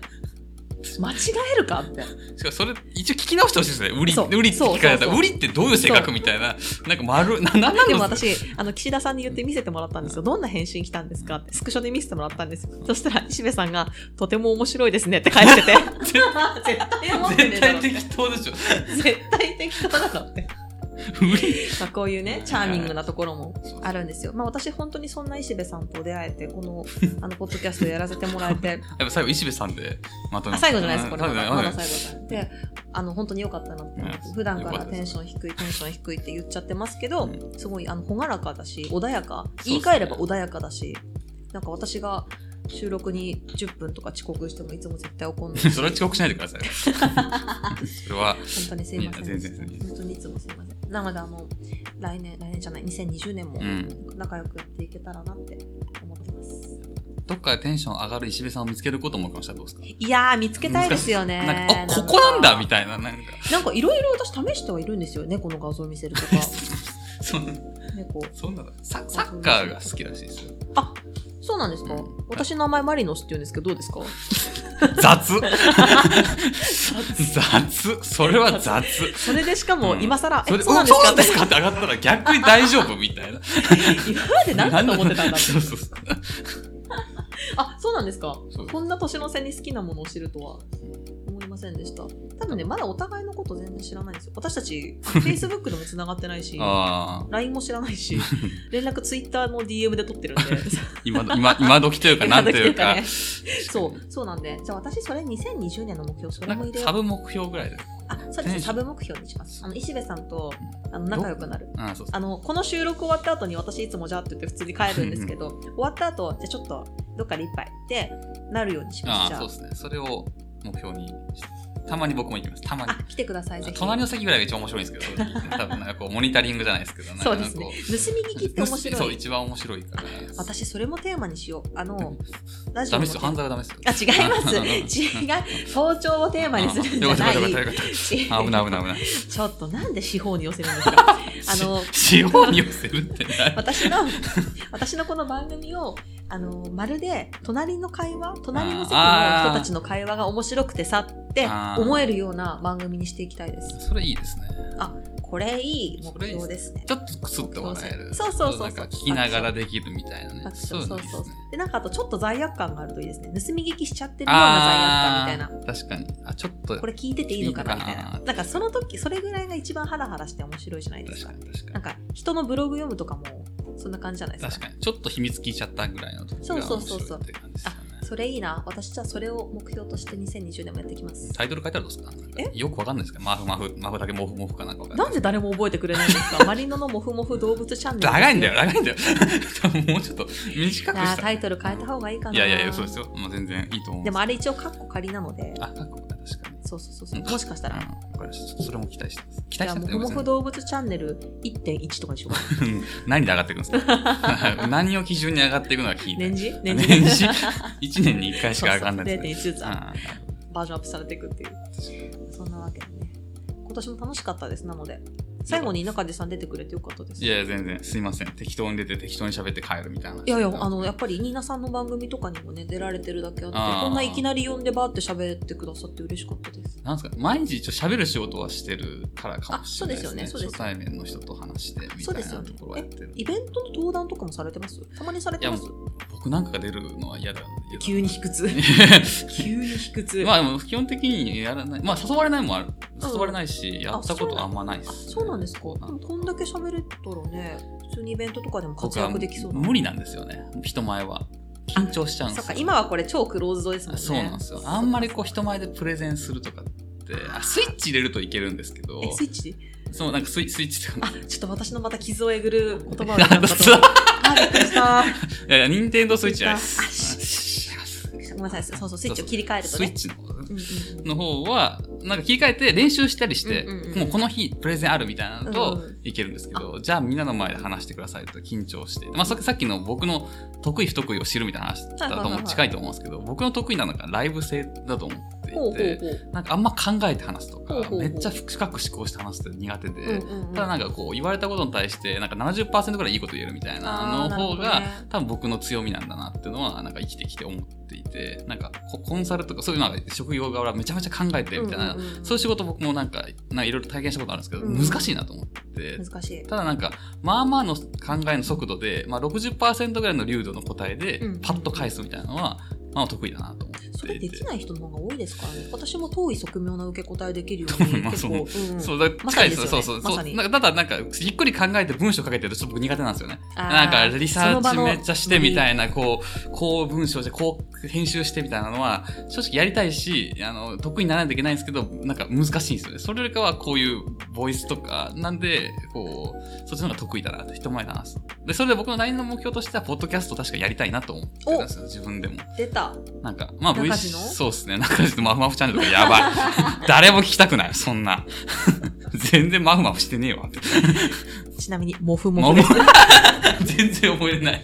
A: 間違えるかって。
B: しかもそれ、一応聞き直してほしいですね。売り、
A: そう
B: 売りって聞か
A: そうそ
B: れた
A: う
B: ら、
A: そう
B: 売りってどういう性格
A: そう
B: みたいな、なんか丸、 な、なんなの
A: でも私、あの、岸田さんに言って見せてもらったんですよ。どんな返信来たんですかって、スクショで見せてもらったんです。そしたら、石部さんが、とても面白いですねって返して て。絶対思 ってねえ
B: 絶
A: だろ
B: 対
A: って。
B: 適当でしょ。
A: 絶対適当だろって。
B: 売り。
A: まあ、こういうねチャーミングなところもあるんですよ。まあ、私本当にそんな石部さんと出会えてこ のあのポッドキャストやらせてもらえ て
B: やっぱ最後、石部さんで、まとめ
A: あ最後じゃないですこれまだまだ
B: 後。
A: 最後じゃないであの本当に良かったなって思って
B: うん
A: 普段からテンション低いテンション低いって言っちゃってますけど
B: う
A: すごいあの朗らかだし穏やか
B: す
A: 言
B: ね
A: い換えれば穏やかだしなんか私が収録に10分とか遅刻してもいつも絶対怒ん ないし
B: それは遅刻しないでください。それは、
A: 本当にすいませんでした
B: いや全然全然
A: 本当にいつもすいませんなのであの来年来年じゃない2020年も
B: うん。
A: 仲良くやっていけたらなって思ってます
B: どっかでテンション上がる石部さんを見つけることもかもしれないどうですか
A: いやー見つけたいですよね
B: なんか、あ、ここなんだみ
A: い
B: たいな、なんか。
A: ななんかいろいろ私試してはいるんですよ猫の画像見せ るとか
B: そんな、
A: 猫
B: そんなの、ササッカーが好きらしいですよ。
A: あそうなんですか、
B: うん
A: 私の名前マリノスって言うんですけどどうですか
B: 雑雑それは雑
A: それでしかも
B: うん
A: 今更、
B: それ
A: え
B: で、
A: そう
B: そ
A: な
B: うなんん
A: で
B: です
A: か
B: すかって上がったら逆に大丈夫みたいな。
A: 今まで何だと思ってたんだ
B: そうそうそう。
A: あそうなんですか
B: そう
A: こんな年の瀬に好きなものを知るとは思いませんでした多分ねまだお互いのこと全然知らないんですよ私た ち Facebook でもつながってないし
B: ああ、
A: LINE も知らない し連絡 Twitter の DM で取ってるんで
B: 今ど、今、今時というか、 なんというか
A: 今時というかね、 そうそうなんでじゃあ私それ2020年の目標それ
B: なん
A: も
B: か
A: 入れよ
B: サ
A: う
B: ブ目標ぐらいで。
A: あそうですねサブ目標にしますあの石部さんとあの仲良くなる
B: ああ、そうそう。
A: あのこの収録終わった後に私いつもじゃあって言って普通に帰るんですけど終わった後じゃあちょっとどっかで一杯ってなるようにします
B: あ
A: じ
B: あ、
A: ゃ
B: そう
A: あ
B: ですね。それを目標にしてたまに僕も行きます。たまに。
A: あ来てくださいぜひ
B: 隣の席ぐらいが一番面白いんですけど、多分なんかこう、モニタリングじゃないですけど、なんか
A: そうですね
B: こう
A: 盗み聞きって面
B: そ
A: 白
B: う、
A: い
B: 一番面白いから。
A: 私それもテーマにしようあのラジオ
B: ダ
A: の
B: メですよ、犯罪はダメですよ。
A: あ違います
B: うんうん
A: 違う盗聴をテーマにするんじゃない
B: よかったよかったよかった
A: 違う
B: 危ない危ない危ない。
A: ちょっとなんで四方に寄せるんです かあの
B: し塩に寄せるってない。
A: 私の私のこの番組をあのまるで隣の会話隣の席の人たちの会話が面白くてさって
B: あー
A: 思えるような番組にしていきたいです
B: それいいですね。
A: あこれいい目標ですね
B: ちょっとクスッと笑える。
A: そうそうそうそう
B: なんか聞きながらできるみたいなね
A: ア。クシ
B: そう
A: ョン
B: いう
A: そ
B: の
A: う
B: いいで
A: そう
B: すね。
A: でなんかあとちょっと罪悪感があるといいですね盗み聞きしちゃってるような罪悪感みたいな
B: あー確かに。あ、ちょっと。
A: これ聞いてていいのかない
B: い
A: み
B: の
A: た
B: か
A: い
B: な
A: ななんかその時それぐらいが一番ハラハラして面白いじゃないです
B: 確
A: か
B: かに確
A: な
B: か
A: ん
B: に。
A: か人のブログ読むとかもそんな感じじゃないです
B: 確
A: か
B: かに。ちょっと秘密聞いちゃったぐらいの時が面白いって感じですよね。
A: そうそうそうそうそれいいな私じゃあそれを目標として2020年もやっていきます
B: タイトル変えたらどうですかなんかよくわかんないですけど、マフマフ、マフだけモフモフかなんかわかんない
A: なんで誰も覚えてくれないんです かマリノのモフモフ動物チャンネル
B: 長いんだよ、長いんだよ。 もうちょっと短く
A: あ
B: し
A: ー
B: た
A: タイトル変えた方がいいかない
B: やいやいや、そうですよ。もう全然いいと思う。
A: でもあれ一応カッコ仮なので
B: あ、確かに。
A: そうそうそうそう
B: うん
A: もしかした
B: うん、
A: ら
B: わかりましたちょっとそれも期待してます。期
A: じ
B: 待
A: ゃあ
B: して
A: モ
B: て
A: フ
B: ね
A: モフ動物チャンネル1.1とかにしようかな
B: 何で上がっていくんです か何を基準に上がっていくのか聞いて。
A: 年次
B: 年
A: 年次
B: 次1年に1回しか上がんない
A: そうそう
B: で
A: 0.1
B: す
A: ずつ
B: ね。
A: バージョンアップされていくっていうそんなわけでね今年も楽しかったですなので最後に中地さん出てくれてよかったで
B: うん
A: す
B: いやいや、全然。すいません。適当に出て適当に喋って帰るみたいな。
A: いやいや、あの、やっぱり、ニーナさんの番組とかにもね、出られてるだけあって、
B: あー
A: こんないきなり呼んでバーって喋ってくださって嬉しかったです。
B: なんですか毎日一応喋る仕事はしてるからかもしれないですね。
A: あそうですよねそうです
B: 初対面の人と話してみた
A: そう
B: い
A: で
B: な
A: すよね
B: ところはやってる。
A: イベントの登壇とかもされてますたまにされてます
B: い僕なんかが出るのは嫌だ。嫌だ
A: 急に卑 屈。急に卑屈。
B: まあでも基本的にやらない。まあ誘われないもある。誘われないし、やったことはあんまないで
A: あ
B: す。
A: そうなんですか。で
B: こ
A: も、こんだけ喋れたらね、普通にイベントとかでも活
B: 僕は
A: 躍できそうな。
B: 無理なんですよね。人前は。緊張しちゃうんで
A: そっ
B: す
A: か、
B: よ。
A: 今はこれ超クローズドですもんね。
B: そうなんですよ。あんまりこう人前でプレゼンするとかって、あスイッチ入れるといけるんですけど、
A: え、スイッチ
B: そう、なんかスイスイッチとか
A: あ、ちょっと私のまた傷をえぐる言葉を
B: いや
A: なんかと思った。あ、びっくりした。
B: いやいや、任天堂スイッチじゃないで
A: あ
B: す。
A: ごめんなさい。そうそう、スイッチを切り替えると
B: スイ
A: ね
B: ッ。チの
A: うんうんうん
B: の方は、なんか切り替えて練習したりして、
A: うんうんうん
B: もうこの日プレゼンあるみたいなの
A: う
B: と
A: んうん
B: いけるんですけど、じゃあみんなの前で話してくださいと緊張して、まあささっきの僕の得意不得意を知るみたいな話だ
A: はい
B: と
A: はいはい
B: も近いと思うんですけど、僕の得意なのがライブ性だと思っていて、
A: ほうほうほう。
B: なんかあんま考えて話すとか、
A: ほうほうほう
B: めっちゃ深く思考して話すって苦手で、
A: うんうんうん
B: ただなんかこう言われたことに対してなんか70%ぐらいいいこと言えるみたいな
A: あー
B: の方
A: な
B: が、
A: るほどね
B: 多分僕の強みなんだなっていうのはなんか生きてきて思っていてなんかココンサルとかそういうなんか職業柄めちゃめちゃ考えてみたいな、
A: うんうんうん
B: そういう仕事僕もなんかなんかいろいろ体験したことあるんですけど、
A: うん
B: 難しいなと思って。
A: 難しい。
B: ただなんか、まあまあの考えの速度で、まあ60%ぐらいの流度の答えで
A: うんうん、
B: パッと返すみたいなのは、まあ得意だなと思っていて。
A: それできない人の方が多いですからね。私も遠い側面な受け答えできるように
B: まあ
A: 結構、うん
B: そうだ
A: ま
B: 近
A: さ
B: い
A: に
B: で
A: ですすよね
B: よそうそうそう
A: まさに
B: なただなんかじっくり考えて文章書けてるとちょっと僕苦手なんですよね
A: あー
B: なんかリサー
A: そ
B: チ
A: の場の
B: めっちゃしてみたいなこうこう文章してこう編集してみたいなのは正直やりたいしあの得意にならないといけないんですけどなんか難しいんですよねそれよりかはこういうボイスとかなんでこうそっちの方が得意だなって人前だなでそれで僕の LINE の目標としてはポッドキャストを確かやりたいなと思ってたんですよ自分でも
A: 出た。
B: なんか、まあ、
A: 中
B: V
A: 地の
B: そうですね。中地のマフマフチャンネルとかやばい。 誰も聞きたくない、そんな。 全然マフマフしてね えわ。
A: ちなみに、モフモ
B: モ
A: フ
B: フ
A: です。
B: 全然覚えれない。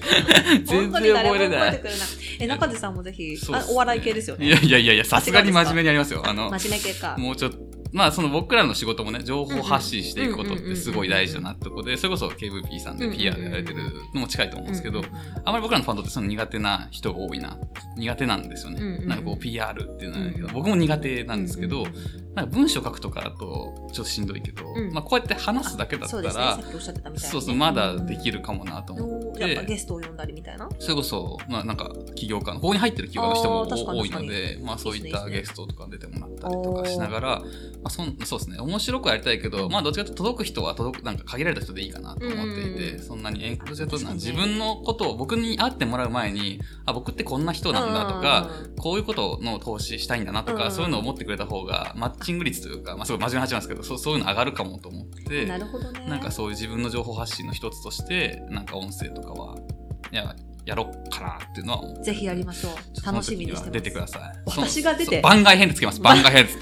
B: 全然
A: 本当に
B: 覚
A: 誰
B: えれ
A: も覚
B: な
A: えて
B: い。
A: くれない。え、中地さんもぜひ、
B: そうっ
A: あ
B: すね
A: お笑い系ですよ
B: い
A: ね。
B: やいやいやいや、さすが
A: あ違う
B: に
A: んですか
B: 真面目にやりますよ。あの、
A: 真面目系か。
B: もうちょっと、まあその僕らの仕事もね、情報発信していくことってすごい大事だなってことで、それこそ KVP さんで PR やられてるのも近いと思うんですけど、あまり僕らのファンドってその苦手な人が多いな。苦手なんですよね。
A: うんうんうん
B: なんかこう PR っていうのはあるけど、
A: うん
B: 僕も苦手なんですけど、
A: うんうんうん
B: なんか文章書くとかだとちょっとしんどいけど、
A: うん
B: まあこうやって話すだけだった
A: そう
B: ら
A: ですね。さっきおっしゃってたみたいなね。
B: そうそうまだでき
A: る。
B: るかもなと思っ
A: おーやっぱ
B: て、
A: ゲストを呼んだりみたいな。
B: それこそ、まあ、なんか起業家のここに入ってる企業家
A: あー
B: の
A: 確
B: 人
A: か
B: も
A: に
B: 多いので、まあ、そういっ
A: い
B: た
A: いで
B: ゲ
A: す
B: ストとか出てもらったりとかしながら、まあ、そんそうですね面白くはやりたいけど、まあ、どっちかというと届く人は届くなんか限られた人でいいかなと思っていて、
A: うん
B: そんなにえんどっちかというと
A: 確かにね
B: 自分のことを僕に会ってもらう前にあ僕ってこんな人なんだとか、
A: うん。
B: こういうことの投資したいんだなとか、
A: うん
B: そういうのを思ってくれた方がマッチング率というか、まあ、すごい真面目な話なんですけどそうそういうの上がるかもと思って
A: なるほどね。
B: なんかそういう自分の情報発信の一つとしてなんか音声とかはややろうかなっていうのは思う
A: ぜひやりましょう。楽しみにしてます。
B: 出てください
A: 私が出て
B: そう番外編でつけます番外編です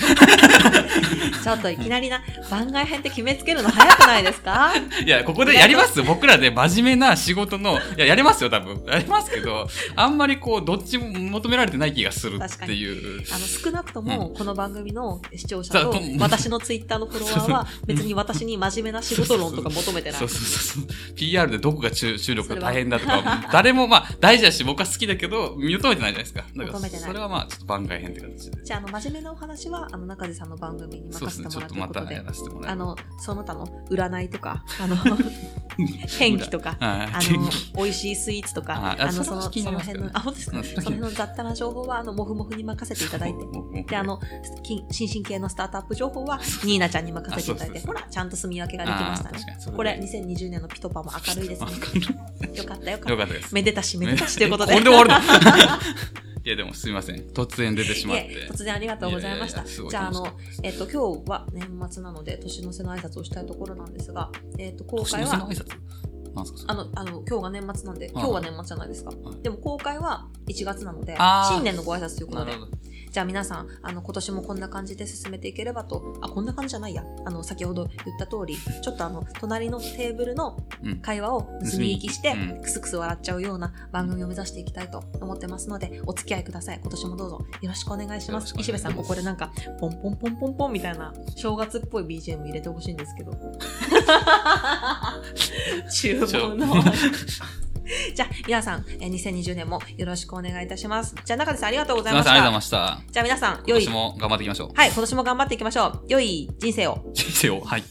A: ちょっといきなりな、番外編って決めつけるの早くないです か
B: いやここでや ります僕らで真面目な仕事のいややりますよ多分やりますけどあんまりこうどっちも求められてない気がするっていう
A: あの少なくともこの番組の視聴者
B: そう
A: と
B: とも
A: 私のツイッターのフォロワーは別に私に真面目な仕事論とか求めてない
B: そう。そうそうそう。PR でどこが注注力が大変だとか、誰もまあ大事だし、僕は好きだけど、求めてないじゃないですか。だか
A: 求めて
B: ら、
A: ない
B: それはまあちょっと番外編って形で。
A: じゃあ、あの、真面目なお話は、あの、中地さんの番組に
B: そう
A: 任
B: です
A: せ
B: ね、
A: て
B: ち
A: も
B: ょ
A: ら
B: っ
A: うと
B: と
A: いう
B: ま
A: こと
B: た
A: で
B: や、らせてもら
A: あ
B: いま
A: の、その他の占いとか、あ の、天気とか
B: す。、はい
A: あ の、美味しいスイーツとか、
B: あ
A: あ
B: あ
A: の、
B: そ
A: そ
B: れ
A: の、
B: は気に
A: その
B: なりますよ
A: 辺
B: ね
A: の、あ、本当ですか
B: うん
A: その辺の雑多な情報は、あの、もふもふに任せていただいて。で、あ、の、金新進系のスタートアップ情報は、ニーナちゃんに任せていただい
B: あ
A: て、
B: そ
A: ほ
B: うそうそう
A: ら、ちゃんと住み分けができま
B: あ
A: し
B: ー
A: たね
B: 確。かにそれで
A: これ、2020年のピトパも明るいですね。
B: 明る
A: よかったよかった。
B: よかったで す。
A: めでたしめでたしということで。
B: これで終わるのいやでもすみません突然出てしまっ
A: いえ
B: て
A: 突然ありがとうございました。
B: いやいやいやすごい
A: じゃあ、あの
B: 楽、
A: えっ、と、今日は年末なので、年の瀬の挨拶をしたいところなんですが、えっ、と、公
B: 年
A: 開
B: の瀬の
A: は、
B: 挨拶なんすかそれ
A: あの、あの、今日が年末なんで、今日は年末じゃないですか。
B: い
A: でも公開は1月なので、
B: あー
A: 新年のご挨拶ということ
B: な
A: で
B: る、ほど
A: じゃあ皆さん、あの、今年もこんな感じで進めていければと、あ、こんな感じじゃないや。あの、先ほど言った通り、ちょっとあの、隣のテーブルの
B: うん
A: 会話を盗み聞きして、
B: うん
A: クスクス笑っちゃうような番組を目指していきたいと思ってますので、お付き合いください。今年もどうぞよろしくお願いします。
B: よろ
A: 石
B: しくお願いし
A: 部
B: ます
A: さん、ここでなんか、ポンポンポンポンポンみたいな、正月っぽい BGM 入れてほしいんですけ ど。厨
B: ちょ
A: 房の。 じゃあ、皆さん、えー2020年もよろしくお願いいたします。じゃあ、中地さん、ありがとうござ
B: す
A: いま
B: みま
A: し
B: せんありがとうござい
A: た。
B: ました
A: じゃあ、皆さん、良
B: 今
A: い
B: 年も頑張っていきましょう
A: はい、今年も頑張っていきましょう。良い人生を。
B: 人生をはい